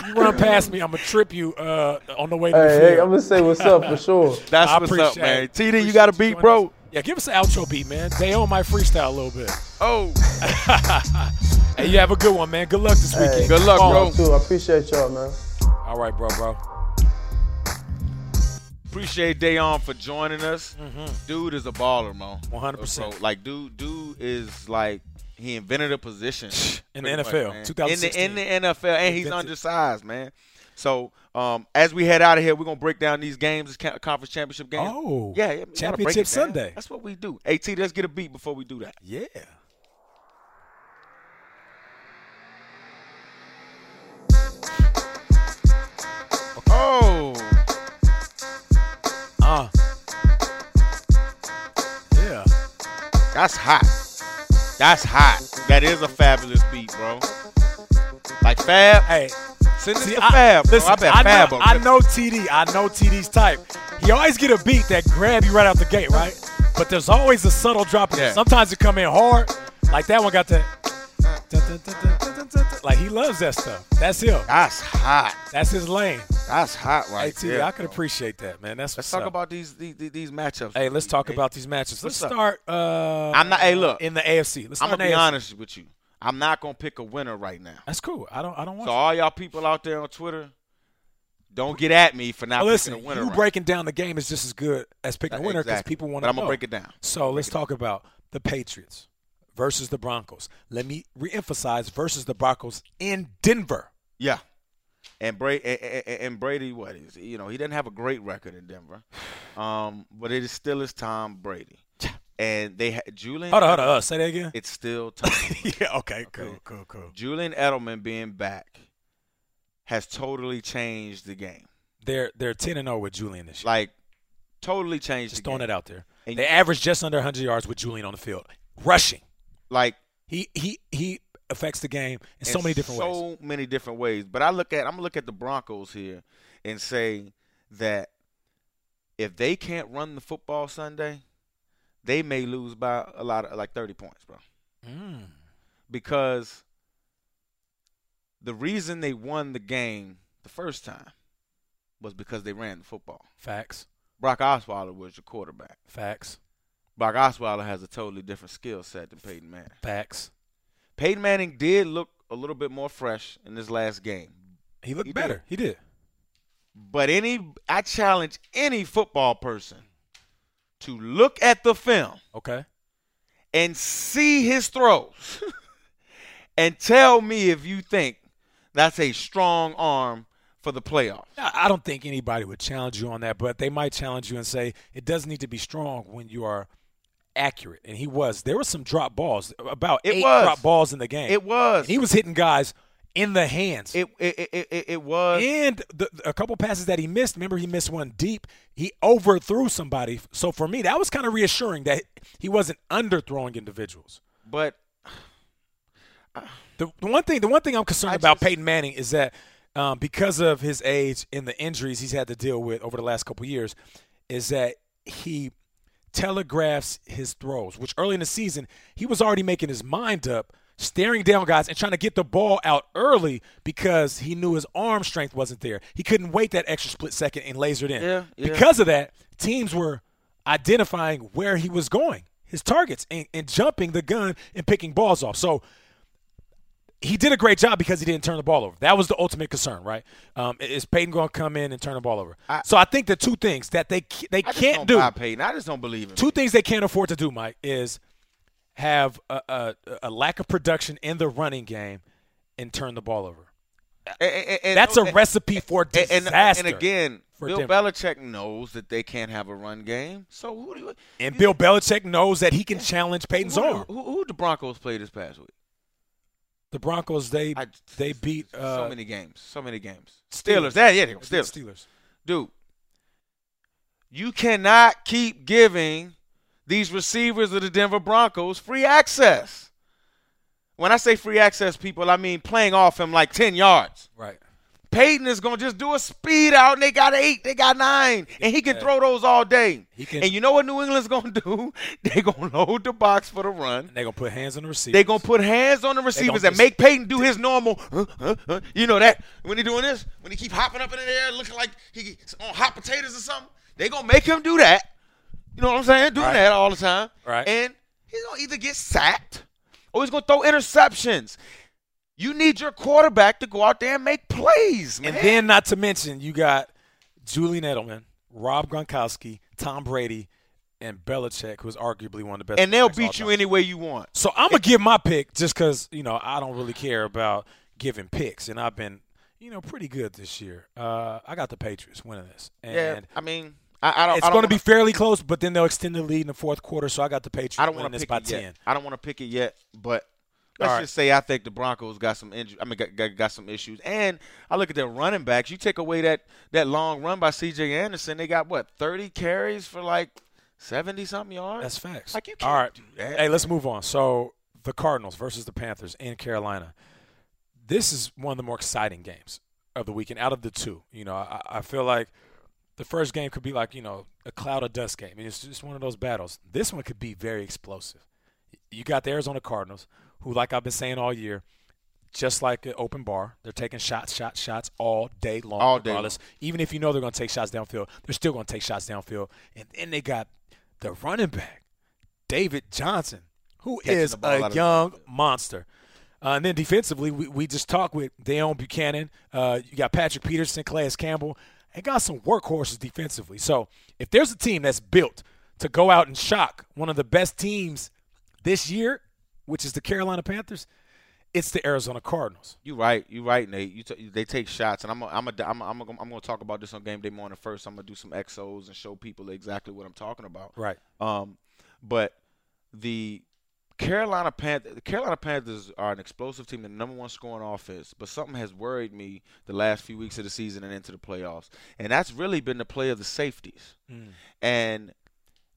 Speaker 1: You run past me, I'm gonna trip you uh, on the way to the
Speaker 8: hey,
Speaker 1: field.
Speaker 8: hey, I'm gonna say what's up for sure.
Speaker 2: That's
Speaker 1: I
Speaker 2: what's up,
Speaker 1: appreciate
Speaker 2: man.
Speaker 1: it.
Speaker 2: TD, you
Speaker 1: Appreciate
Speaker 2: got a beat,
Speaker 1: joining
Speaker 2: bro?
Speaker 1: us. Yeah, give us an outro beat, man. They own my freestyle a little bit.
Speaker 2: Oh,
Speaker 1: Hey, you have a good one, man. Good luck this weekend.
Speaker 2: good luck,
Speaker 1: Come on.
Speaker 2: bro.
Speaker 8: Too. Oh, I appreciate y'all, man.
Speaker 1: All right, bro, bro.
Speaker 2: Appreciate Dayon for joining us.
Speaker 1: Mm-hmm.
Speaker 2: Dude is a baller, man.
Speaker 1: 100%.
Speaker 2: Bro, Like, dude, dude is like he invented a position
Speaker 1: In the
Speaker 2: pretty
Speaker 1: NFL,
Speaker 2: man.
Speaker 1: 2016.
Speaker 2: In the, in the NFL, and he's
Speaker 1: Invented.
Speaker 2: undersized, man. So, um, as we head out of here, we're gonna break down these games, this ca- conference championship games.
Speaker 1: Oh,
Speaker 2: yeah, yeah, we gotta break it
Speaker 1: Championship
Speaker 2: down.
Speaker 1: Sunday.
Speaker 2: That's what we do. At, let's get a beat before we do that.
Speaker 1: Yeah.
Speaker 2: Oh,
Speaker 1: Uh. Yeah.
Speaker 2: that's hot. That's hot. That is a fabulous beat, bro. Like Fab,
Speaker 1: Hey,
Speaker 2: send this
Speaker 1: see,
Speaker 2: to
Speaker 1: I,
Speaker 2: Fab. bro.
Speaker 1: listen,
Speaker 2: I bet
Speaker 1: I,
Speaker 2: Fab.
Speaker 1: know,
Speaker 2: up
Speaker 1: I
Speaker 2: there.
Speaker 1: know TD. I know TD's type. He always get a beat that grab you right out the gate, right? But there's always a subtle drop. in it.
Speaker 2: Yeah.
Speaker 1: Sometimes it come in hard. Like that one got that. dun, dun, dun, dun, dun, dun, dun, dun. Like he loves that stuff. That's him.
Speaker 2: That's hot.
Speaker 1: That's his lane.
Speaker 2: That's hot
Speaker 1: Hey,
Speaker 2: right
Speaker 1: TD,
Speaker 2: there.
Speaker 1: I can
Speaker 2: bro.
Speaker 1: appreciate that, man. That's
Speaker 2: Let's
Speaker 1: what's
Speaker 2: talk
Speaker 1: up.
Speaker 2: about these these, these- these matchups.
Speaker 1: Hey, let's talk
Speaker 2: Hey,
Speaker 1: about these matches. Let's
Speaker 2: What's up?
Speaker 1: start. Uh,
Speaker 2: I'm not- hey, look.
Speaker 1: in the AFC. Let's
Speaker 2: I'm
Speaker 1: start
Speaker 2: gonna
Speaker 1: in
Speaker 2: be
Speaker 1: the AFC.
Speaker 2: honest with you. I'm not gonna pick a winner right now.
Speaker 1: That's cool. I don't. I don't want.
Speaker 2: So all y'all people out there on Twitter, don't get at me for not
Speaker 1: to. Listen,
Speaker 2: picking a winner.
Speaker 1: you
Speaker 2: right
Speaker 1: breaking down the game is just as good as picking
Speaker 2: now.
Speaker 1: a winner because
Speaker 2: Exactly.
Speaker 1: people want
Speaker 2: But
Speaker 1: to.
Speaker 2: I'm gonna break it down.
Speaker 1: So let's talk about the Patriots versus the Broncos. Let me reemphasize versus the Broncos in Denver.
Speaker 2: Yeah. And Brady and, and Brady, what is you know he didn't have a great record in Denver. Um, but it is still is Tom Brady, and they had Julian.
Speaker 1: Hold on, hold on, uh, say that again?
Speaker 2: It's still Tom. Brady.
Speaker 1: yeah. Okay. Cool. Cool. Cool.
Speaker 2: Julian Edelman being back has totally changed the game.
Speaker 1: They're they're ten and zero with Julian this year.
Speaker 2: Like totally changed.
Speaker 1: Just
Speaker 2: the game.
Speaker 1: throwing it out there.
Speaker 2: And-
Speaker 1: they averaged just under 100 yards with Julian on the field, rushing.
Speaker 2: Like
Speaker 1: He he he affects the game in so many different ways.
Speaker 2: So many different ways. But I look at I'm gonna look at the Broncos here and say that if they can't run the football Sunday, they may lose by a lot of like 30 points, bro.
Speaker 1: Mm.
Speaker 2: Because the reason they won the game the first time was because they ran the football.
Speaker 1: Facts.
Speaker 2: Brock Osweiler was your quarterback.
Speaker 1: Facts.
Speaker 2: Brock Osweiler has a totally different skill set than Peyton Manning.
Speaker 1: Facts.
Speaker 2: Peyton Manning did look a little bit more fresh in this last game,
Speaker 1: He looked
Speaker 2: He did.
Speaker 1: better. He did.
Speaker 2: But any, I challenge any football person to look at the film
Speaker 1: Okay.
Speaker 2: and see his throws, and tell me if you think that's a strong arm for the playoffs.
Speaker 1: Now, I don't think anybody would challenge you on that, but they might challenge you and say it does need to be strong when you are accurate. And he was. There were some drop balls, about
Speaker 2: It
Speaker 1: eight
Speaker 2: was.
Speaker 1: drop balls in the game.
Speaker 2: It was.
Speaker 1: And he was hitting guys in the hands.
Speaker 2: It it it it, it was.
Speaker 1: and the, a couple passes that he missed. Remember, he missed one deep. He overthrew somebody. So for me, that was kind of reassuring that he wasn't underthrowing individuals.
Speaker 2: but
Speaker 1: The, the one thing, the one thing I'm concerned
Speaker 2: I
Speaker 1: about
Speaker 2: just-
Speaker 1: Peyton Manning is that um, because of his age and the injuries he's had to deal with over the last couple years, is that he telegraphs his throws. Which early in the season, he was already making his mind up, staring down guys and trying to get the ball out early because he knew his arm strength wasn't there. He couldn't wait that extra split second and lasered in.
Speaker 2: Yeah, yeah.
Speaker 1: Because of that, teams were identifying where he was going, his targets, and, and jumping the gun and picking balls off. So he did a great job because he didn't turn the ball over. That was the ultimate concern, right? Um, is Peyton going to come in and turn the ball over?
Speaker 2: I-
Speaker 1: so I think the two things that they ca- they
Speaker 2: I just
Speaker 1: can't
Speaker 2: don't
Speaker 1: do,
Speaker 2: buy Peyton. I just don't believe it.
Speaker 1: two things they can't afford to do, Mike, is have a, a, a lack of production in the running game and turn the ball over. That's a recipe for
Speaker 2: And-
Speaker 1: disaster.
Speaker 2: and- And, again,
Speaker 1: for
Speaker 2: Bill
Speaker 1: Denver.
Speaker 2: Belichick knows that they can't have a run game. So who do you,
Speaker 1: And Bill Belichick knows that he can challenge Peyton's
Speaker 2: who,
Speaker 1: arm.
Speaker 2: do- who, who the Broncos play this past week?
Speaker 1: The Broncos they
Speaker 2: I-
Speaker 1: they beat uh,
Speaker 2: so many games. So many games.
Speaker 1: Steelers.
Speaker 2: Steelers. Yeah, yeah, they go
Speaker 1: beat
Speaker 2: Steelers.
Speaker 1: Steelers.
Speaker 2: Dude, you cannot keep giving these receivers of the Denver Broncos free access. When I say free access, people, I mean playing off him like 10 yards.
Speaker 1: Right.
Speaker 2: Peyton is going to just do a speed out, and they got eight, they got nine, and he can throw those all day.
Speaker 1: He can-
Speaker 2: and you know what New England's going to do? They're going to load the box for the run.
Speaker 1: And they're gonna put hands on the receiver.
Speaker 2: They're gonna put hands on the
Speaker 1: gonna
Speaker 2: receivers
Speaker 1: just-
Speaker 2: and make Peyton do his normal. Huh, huh, huh. You know that when he doing this, when he keep hopping up in the air, looking like he on hot potatoes or something. They gonna make him do that. You know what I'm saying? Doing
Speaker 1: Right.
Speaker 2: that all the time.
Speaker 1: Right.
Speaker 2: And he's gonna either get sacked or he's gonna throw interceptions. You need your quarterback to go out there and make plays, man.
Speaker 1: And then, not to mention, you got Julian Edelman, Rob Gronkowski, Tom Brady, and Belichick, who's arguably one of the best.
Speaker 2: and they'll
Speaker 1: quarterbacks of all
Speaker 2: beat you
Speaker 1: time.
Speaker 2: any way you want.
Speaker 1: So I'm gonna give my pick just because you know I don't really care about giving picks, and I've been you know pretty good this year. Uh, I got the Patriots winning this, and
Speaker 2: yeah. I mean, I, I don't.
Speaker 1: it's
Speaker 2: I don't
Speaker 1: going to be
Speaker 2: wanna-
Speaker 1: fairly close. But then they'll extend the lead in the fourth quarter, so I got the Patriots
Speaker 2: I don't
Speaker 1: winning
Speaker 2: want to
Speaker 1: this
Speaker 2: pick
Speaker 1: by
Speaker 2: it
Speaker 1: ten.
Speaker 2: yet. I don't want to pick it yet, but let's
Speaker 1: All
Speaker 2: just say I think the Broncos got some injury. I mean, got, got, got some issues. And I look at their running backs. You take away that that long run by C.J. Anderson, they got what thirty carries for like seventy something yards.
Speaker 1: That's facts.
Speaker 2: Like you can't
Speaker 1: All right.
Speaker 2: do that.
Speaker 1: Hey, let's move on. So the Cardinals versus the Panthers in Carolina. This is one of the more exciting games of the weekend out of the two. You know, I, I feel like the first game could be like you know a cloud of dust game. It's just one of those battles. This one could be very explosive. You got the Arizona Cardinals, who, like I've been saying all year, just like an open bar, they're taking shots, shots, shots all day long.
Speaker 2: All day
Speaker 1: regardless. Even if you know they're going to take shots downfield, they're still going to take shots downfield. And then they got the running back, David Johnson, who
Speaker 2: Catching
Speaker 1: is
Speaker 2: the ball out
Speaker 1: a
Speaker 2: of the
Speaker 1: young monster. Uh, and then defensively, we, we just talked with Dayon Buchanan. Uh, you got Patrick Peterson, Clayus Campbell. They got some workhorses defensively. So if there's a team that's built to go out and shock one of the best teams this year, which is the Carolina Panthers, It's the Arizona Cardinals.
Speaker 2: You right, you right, Nate. You t- they take shots, and I'm a, I'm a, I'm a, I'm a, I'm going to talk about this on game day morning first. I'm going to do some exos and show people exactly what I'm talking about.
Speaker 1: Right.
Speaker 2: Um, but the Carolina Panthers, the Carolina Panthers are an explosive team, the number one scoring offense. But something has worried me the last few weeks of the season and into the playoffs, and that's really been the play of the safeties. And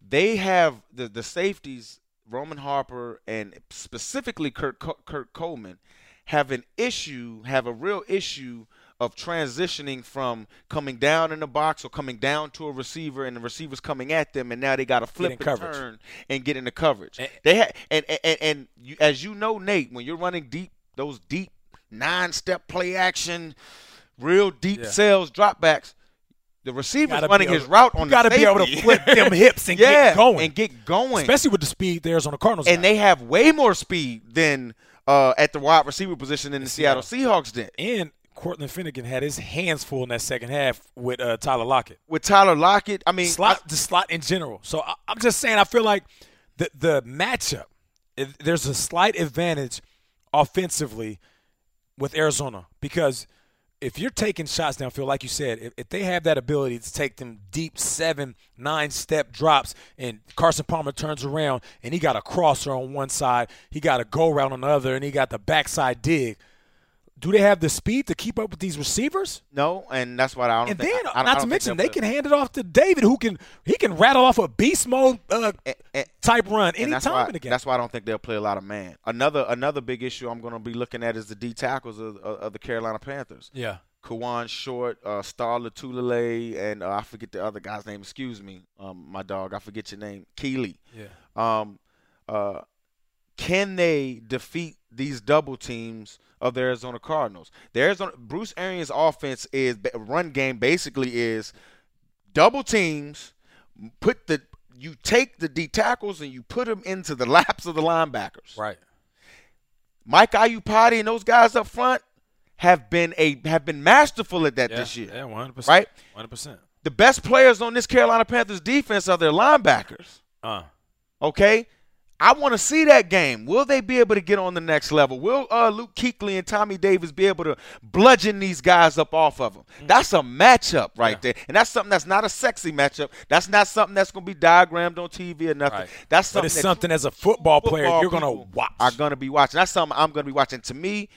Speaker 2: they have the the safeties, Roman Harper and specifically Kurt Co- Kurt Coleman, have an issue, have a real issue of transitioning from coming down in the box or coming down to a receiver and the receiver's coming at them and now they got to flip
Speaker 1: in
Speaker 2: and
Speaker 1: coverage.
Speaker 2: turn and get into coverage.
Speaker 1: And-
Speaker 2: they had and and, and, and you, as you know, Nate, when you're running deep, those deep nine-step play action, real deep
Speaker 1: Yeah.
Speaker 2: cells, dropbacks. The receiver's
Speaker 1: Gotta be
Speaker 2: running
Speaker 1: able-
Speaker 2: his route
Speaker 1: you
Speaker 2: on.
Speaker 1: gotta
Speaker 2: the
Speaker 1: be able to
Speaker 2: safety.
Speaker 1: flip them hips and get
Speaker 2: Yeah,
Speaker 1: going.
Speaker 2: and get going.
Speaker 1: Especially with the speed the Arizona Cardinals
Speaker 2: and
Speaker 1: got.
Speaker 2: they have way more speed than uh, at the wide receiver position than the Seattle Seahawks did.
Speaker 1: and Cortland Finnegan had his hands full in that second half with uh, Tyler Lockett.
Speaker 2: With Tyler Lockett, I mean,
Speaker 1: slot the slot in general. So I, I'm just saying, I feel like the the matchup if- there's a slight advantage offensively with Arizona because if you're taking shots downfield, like you said, if, if they have that ability to take them deep seven, nine step drops, and Carson Palmer turns around and he got a crosser on one side, he got a go route on the other, and he got the backside dig. Do they have the speed to keep up with these receivers?
Speaker 2: no, and that's why I don't.
Speaker 1: And
Speaker 2: think,
Speaker 1: then,
Speaker 2: I- I, don't- I
Speaker 1: not to
Speaker 2: don't think
Speaker 1: mention,
Speaker 2: they'll
Speaker 1: they
Speaker 2: flip.
Speaker 1: can hand it off to David, who can he can rattle off a beast mode uh,
Speaker 2: And- and-
Speaker 1: type run any
Speaker 2: and that's
Speaker 1: time
Speaker 2: why,
Speaker 1: and again.
Speaker 2: That's why I don't think they'll play a lot of man. Another another big issue I'm going to be looking at is the D tackles of, of, of the Carolina Panthers.
Speaker 1: yeah,
Speaker 2: Kawan Short, uh, Star Latulele, and uh, I forget the other guy's name. Excuse me, um, my dog. I forget your name. Keely.
Speaker 1: yeah.
Speaker 2: um, uh, can they defeat these double teams of the Arizona Cardinals? The Arizona Bruce Arians' offense is run game basically is double teams. Put the you take the D tackles and you put them into the laps of the linebackers.
Speaker 1: Right.
Speaker 2: Mike Ayupati and those guys up front have been a have been masterful at that this year.
Speaker 1: yeah, one hundred percent.
Speaker 2: Right?
Speaker 1: one hundred percent.
Speaker 2: The best players on this Carolina Panthers defense are their linebackers.
Speaker 1: Uh,
Speaker 2: Okay? I want to see that game. Will they be able to get on the next level? Will uh, Luke Kuechly and Tommy Davis be able to bludgeon these guys up off of them?
Speaker 1: Mm-hmm.
Speaker 2: That's a matchup right there. And that's something that's not a sexy matchup. That's not something that's going to be diagrammed on TV or nothing.
Speaker 1: Right.
Speaker 2: That's
Speaker 1: but
Speaker 2: something
Speaker 1: it's
Speaker 2: that
Speaker 1: something as a football, player
Speaker 2: football
Speaker 1: you're gonna
Speaker 2: people
Speaker 1: watch.
Speaker 2: Are going to be watching. That's something I'm going to be watching. To me,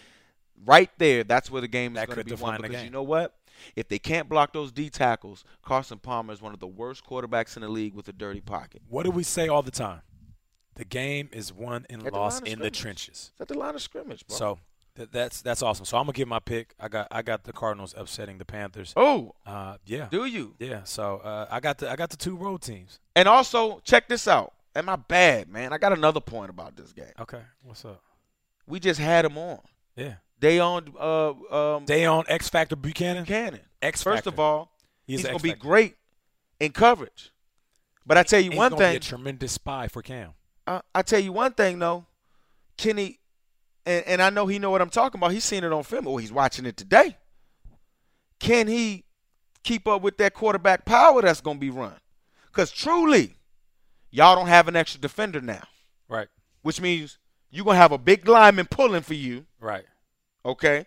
Speaker 2: right there, that's where the game is
Speaker 1: That
Speaker 2: going to
Speaker 1: could
Speaker 2: be
Speaker 1: define
Speaker 2: won
Speaker 1: the
Speaker 2: because
Speaker 1: game.
Speaker 2: you know what? If they can't block those D tackles, Carson Palmer is one of the worst quarterbacks in the league with a dirty pocket.
Speaker 1: what do we say all the time? The game is won and
Speaker 2: At the
Speaker 1: lost
Speaker 2: line of
Speaker 1: in the
Speaker 2: scrimmage.
Speaker 1: trenches.
Speaker 2: Is that the line of scrimmage, bro?
Speaker 1: So th- that's that's awesome. So I'm gonna give my pick. I got I got the Cardinals upsetting the Panthers.
Speaker 2: oh,
Speaker 1: Uh, yeah,
Speaker 2: do you?
Speaker 1: yeah. So uh, I got the I got the two road teams.
Speaker 2: And also, check this out. Am I bad, man? I got another point about this game.
Speaker 1: Okay, what's up?
Speaker 2: We just had them on.
Speaker 1: Yeah,
Speaker 2: They on uh, um,
Speaker 1: they on X Factor Buchanan.
Speaker 2: Cannon.
Speaker 1: X
Speaker 2: First
Speaker 1: Factor.
Speaker 2: of all, he's,
Speaker 1: an
Speaker 2: going to
Speaker 1: X
Speaker 2: be
Speaker 1: Factor.
Speaker 2: great in coverage. But I tell you
Speaker 1: He's
Speaker 2: one
Speaker 1: gonna be
Speaker 2: thing.
Speaker 1: a tremendous spy for Cam.
Speaker 2: I, I tell you one thing though, Kenny, and, and I know he know what I'm talking about. He's seen it on film. Oh, he's watching it today. Can he keep up with that quarterback power that's going to be run? Because truly, y'all don't have an extra defender now.
Speaker 1: Right.
Speaker 2: which means you're gonna have a big lineman pulling for you,
Speaker 1: Right.
Speaker 2: okay?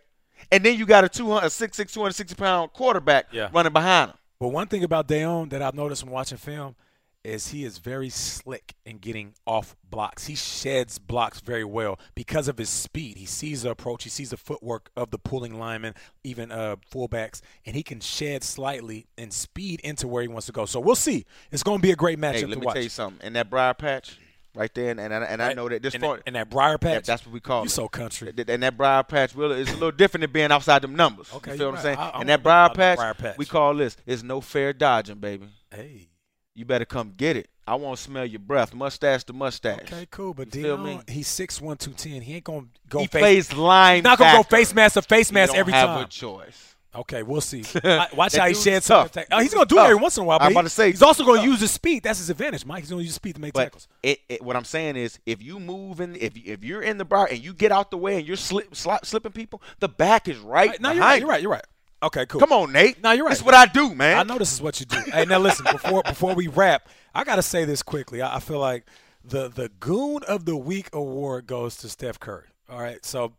Speaker 2: And then you got a 200, a 6'6", 260 pound quarterback
Speaker 1: Yeah.
Speaker 2: running behind him.
Speaker 1: But one thing about Dayon that I've noticed when watching film is he is very slick in getting off blocks. He sheds blocks very well because of his speed. He sees the approach, he sees the footwork of the pulling linemen, even uh, fullbacks, and he can shed slightly and speed into where he wants to go. So we'll see. It's going to be a great matchup
Speaker 2: Hey,
Speaker 1: to
Speaker 2: let me
Speaker 1: watch.
Speaker 2: tell you something. In that briar patch, right there, and and, I- and I know that this
Speaker 1: and,
Speaker 2: far,
Speaker 1: and that briar patch.
Speaker 2: that- that's what we call
Speaker 1: you
Speaker 2: it.
Speaker 1: so country.
Speaker 2: Th- And that briar patch really is a little different than being outside them numbers.
Speaker 1: Okay, you're
Speaker 2: you feel what I'm
Speaker 1: right.
Speaker 2: saying?
Speaker 1: I- I
Speaker 2: and
Speaker 1: don't
Speaker 2: that briar
Speaker 1: know about
Speaker 2: patch,
Speaker 1: the briar patch.
Speaker 2: we call this. It's no fair dodging, baby.
Speaker 1: Hey.
Speaker 2: You better come get it. I want to smell your breath, mustache to mustache.
Speaker 1: Okay, cool. But
Speaker 2: You feel me?
Speaker 1: Deion, he's 6'1", 210. He ain't going to go
Speaker 2: He
Speaker 1: face
Speaker 2: plays line.
Speaker 1: He's not gonna
Speaker 2: factor.
Speaker 1: go face mask to face
Speaker 2: He
Speaker 1: mask
Speaker 2: don't
Speaker 1: every
Speaker 2: have
Speaker 1: time.
Speaker 2: a choice.
Speaker 1: okay, we'll see. I- Watch
Speaker 2: That
Speaker 1: how he
Speaker 2: dude's
Speaker 1: sheds
Speaker 2: tough.
Speaker 1: tough. Oh, he's gonna do it
Speaker 2: Tough.
Speaker 1: every once in a while.
Speaker 2: I'm
Speaker 1: but he-
Speaker 2: about to say,
Speaker 1: he's also gonna
Speaker 2: tough.
Speaker 1: use his speed. That's his advantage, Mike. He's gonna use his speed to make
Speaker 2: But
Speaker 1: tackles.
Speaker 2: it, it, what I'm saying is, if you move and if if you're in the bar and you get out the way and you're slip, slap, slipping people, the back is right
Speaker 1: Right, no, you're right.
Speaker 2: behind.
Speaker 1: You're right. You're right. Okay, cool.
Speaker 2: Come on, Nate.
Speaker 1: No, you're right.
Speaker 2: This is what I do, man.
Speaker 1: I know this is what you do. hey, now listen. Before before we wrap, I gotta say this quickly. I, I feel like the the Goon of the Week award goes to Steph Curry. All right, so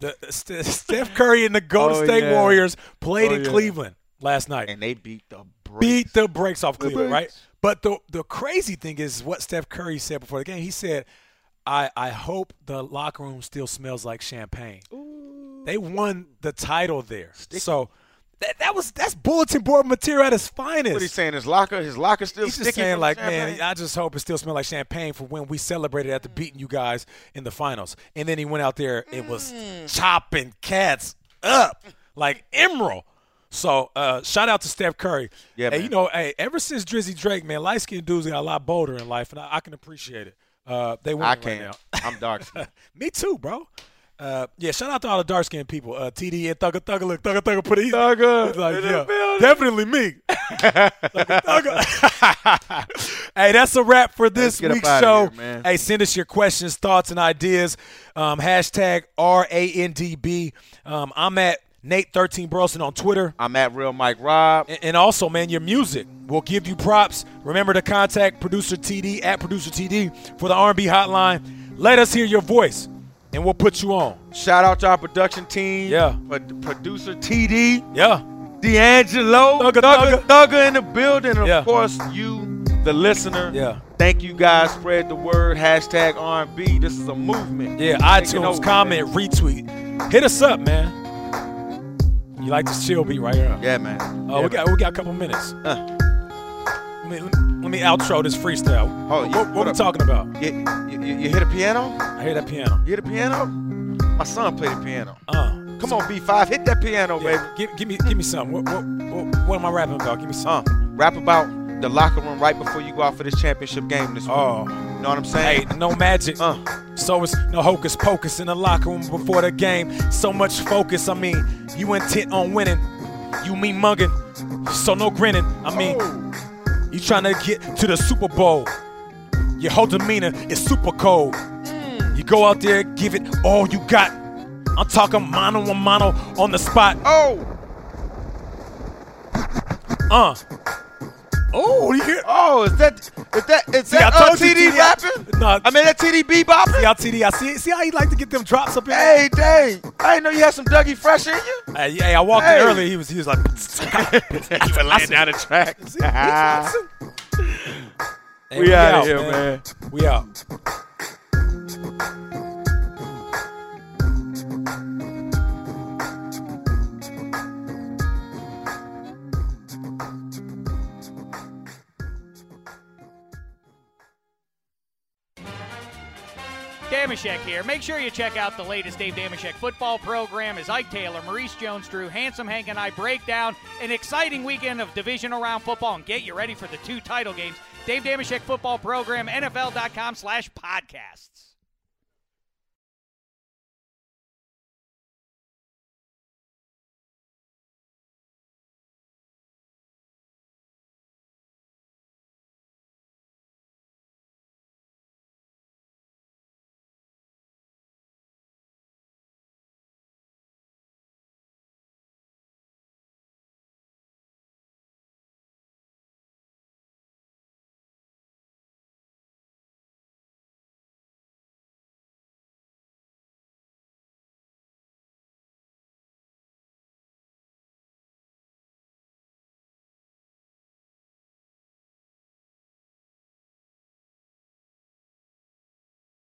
Speaker 1: the St- Steph Curry and the Golden
Speaker 2: Oh,
Speaker 1: State
Speaker 2: yeah.
Speaker 1: Warriors played
Speaker 2: Oh,
Speaker 1: in
Speaker 2: yeah.
Speaker 1: Cleveland last night.
Speaker 2: and they beat the brakes.
Speaker 1: beat the brakes off Cleveland,
Speaker 2: brakes.
Speaker 1: right? But the the crazy thing is what Steph Curry said before the game. He said, "I I hope the locker room still smells like champagne." They won the title there, so that that was that's bulletin board material at its finest.
Speaker 2: What he saying? His locker, his locker still
Speaker 1: He's
Speaker 2: sticking.
Speaker 1: just saying,
Speaker 2: from
Speaker 1: like,
Speaker 2: champagne? Mm.
Speaker 1: man, I just hope it still smells like champagne for when we celebrated after beating you guys in the finals. And then he went out there and was
Speaker 2: Mm.
Speaker 1: chopping cats up like emerald. So uh, shout out to Steph Curry.
Speaker 2: Yeah,
Speaker 1: Hey,
Speaker 2: man.
Speaker 1: you know, hey, ever since Drizzy Drake, man, light skinned dudes got a lot bolder in life, and I, I can appreciate it. Uh, they win
Speaker 2: I
Speaker 1: right
Speaker 2: can't.
Speaker 1: now.
Speaker 2: I'm dark. skinned.
Speaker 1: Me too, bro. Uh, yeah, shout out to all the dark skinned people. Uh, TD and Thugger Thugger, look, Thugger Thugger put it. he's- he's like, yeah, definitely me. Thugger Thugger. hey, that's a wrap for this
Speaker 2: get up
Speaker 1: week's
Speaker 2: outta
Speaker 1: show.
Speaker 2: here, man.
Speaker 1: hey, send us your questions, thoughts, and ideas. Um, hashtag RANDB. Um, I'm at Nate13 Burleson on Twitter.
Speaker 2: I'm at real Mike Rob.
Speaker 1: And- And also, man, your music. We'll give you props. Remember to contact producer TD at producer TD for the R&B hotline. Let us hear your voice, and we'll put you on.
Speaker 2: Shout out to our production team.
Speaker 1: Yeah.
Speaker 2: Pro- producer TD,
Speaker 1: Yeah.
Speaker 2: D'Angelo,
Speaker 1: Thugger,
Speaker 2: Thugger,
Speaker 1: thugger.
Speaker 2: Thugger, in the building. And
Speaker 1: Yeah.
Speaker 2: of course, you, the listener.
Speaker 1: Yeah.
Speaker 2: Thank you guys. Spread the word. Hashtag R&B. This is a movement.
Speaker 1: Yeah,
Speaker 2: Taking
Speaker 1: iTunes,
Speaker 2: over,
Speaker 1: comment, retweet. Hit us up, man. You like this chill beat right here?
Speaker 2: man. Yeah, man.
Speaker 1: Oh,
Speaker 2: Yeah,
Speaker 1: we got we got a couple minutes. Let, me, let me outro this freestyle.
Speaker 2: Oh, yeah.
Speaker 1: What, what
Speaker 2: What
Speaker 1: we
Speaker 2: up?
Speaker 1: talking about?
Speaker 2: man. You, you, you hit a piano?
Speaker 1: I hear that piano.
Speaker 2: You hit a piano? My son played the piano.
Speaker 1: Uh,
Speaker 2: Come on, B5. Hit that piano, baby.
Speaker 1: yeah, give, give me give me something. What, what, what, what am I rapping about? Give me something.
Speaker 2: Uh, rap about the locker room right before you go out for this championship game this week.
Speaker 1: Oh.
Speaker 2: You know what I'm
Speaker 1: Hey,
Speaker 2: saying?
Speaker 1: no magic.
Speaker 2: Uh.
Speaker 1: So it's no hocus pocus in the locker room before the game. So much focus, I mean, you intent on winning. You mean mugging, so no grinning. I mean,
Speaker 2: Oh.
Speaker 1: you trying to get to the Super Bowl. Your whole demeanor is super cold.
Speaker 2: Mm.
Speaker 1: You go out there, give it all you got. I'm talking mano a mano on the spot.
Speaker 2: Oh,
Speaker 1: Uh. Oh, you hear?
Speaker 2: oh, is that is that is
Speaker 1: See,
Speaker 2: that
Speaker 1: I
Speaker 2: uh,
Speaker 1: told you,
Speaker 2: TD
Speaker 1: TD, I-
Speaker 2: rapping?
Speaker 1: Nah.
Speaker 2: I mean that TD bebopping.
Speaker 1: See how TD, I see, see how he like to get them drops up in there?
Speaker 2: Hey, dang! I didn't know you had some Dougie Fresh in you.
Speaker 1: Hey, hey, I walked in
Speaker 2: Hey.
Speaker 1: earlier. He was he was like,
Speaker 2: you were laying down the track.
Speaker 1: Hey,
Speaker 2: we out of here, man.
Speaker 1: We out.
Speaker 9: Damashek here. Make sure you check out the latest Dave Damashek football program as Ike Taylor, Maurice Jones, Drew, Handsome Hank, and I break down an exciting weekend of division around football and get you ready for the two title games. Dave Damashek football program, NFL.com slash podcasts.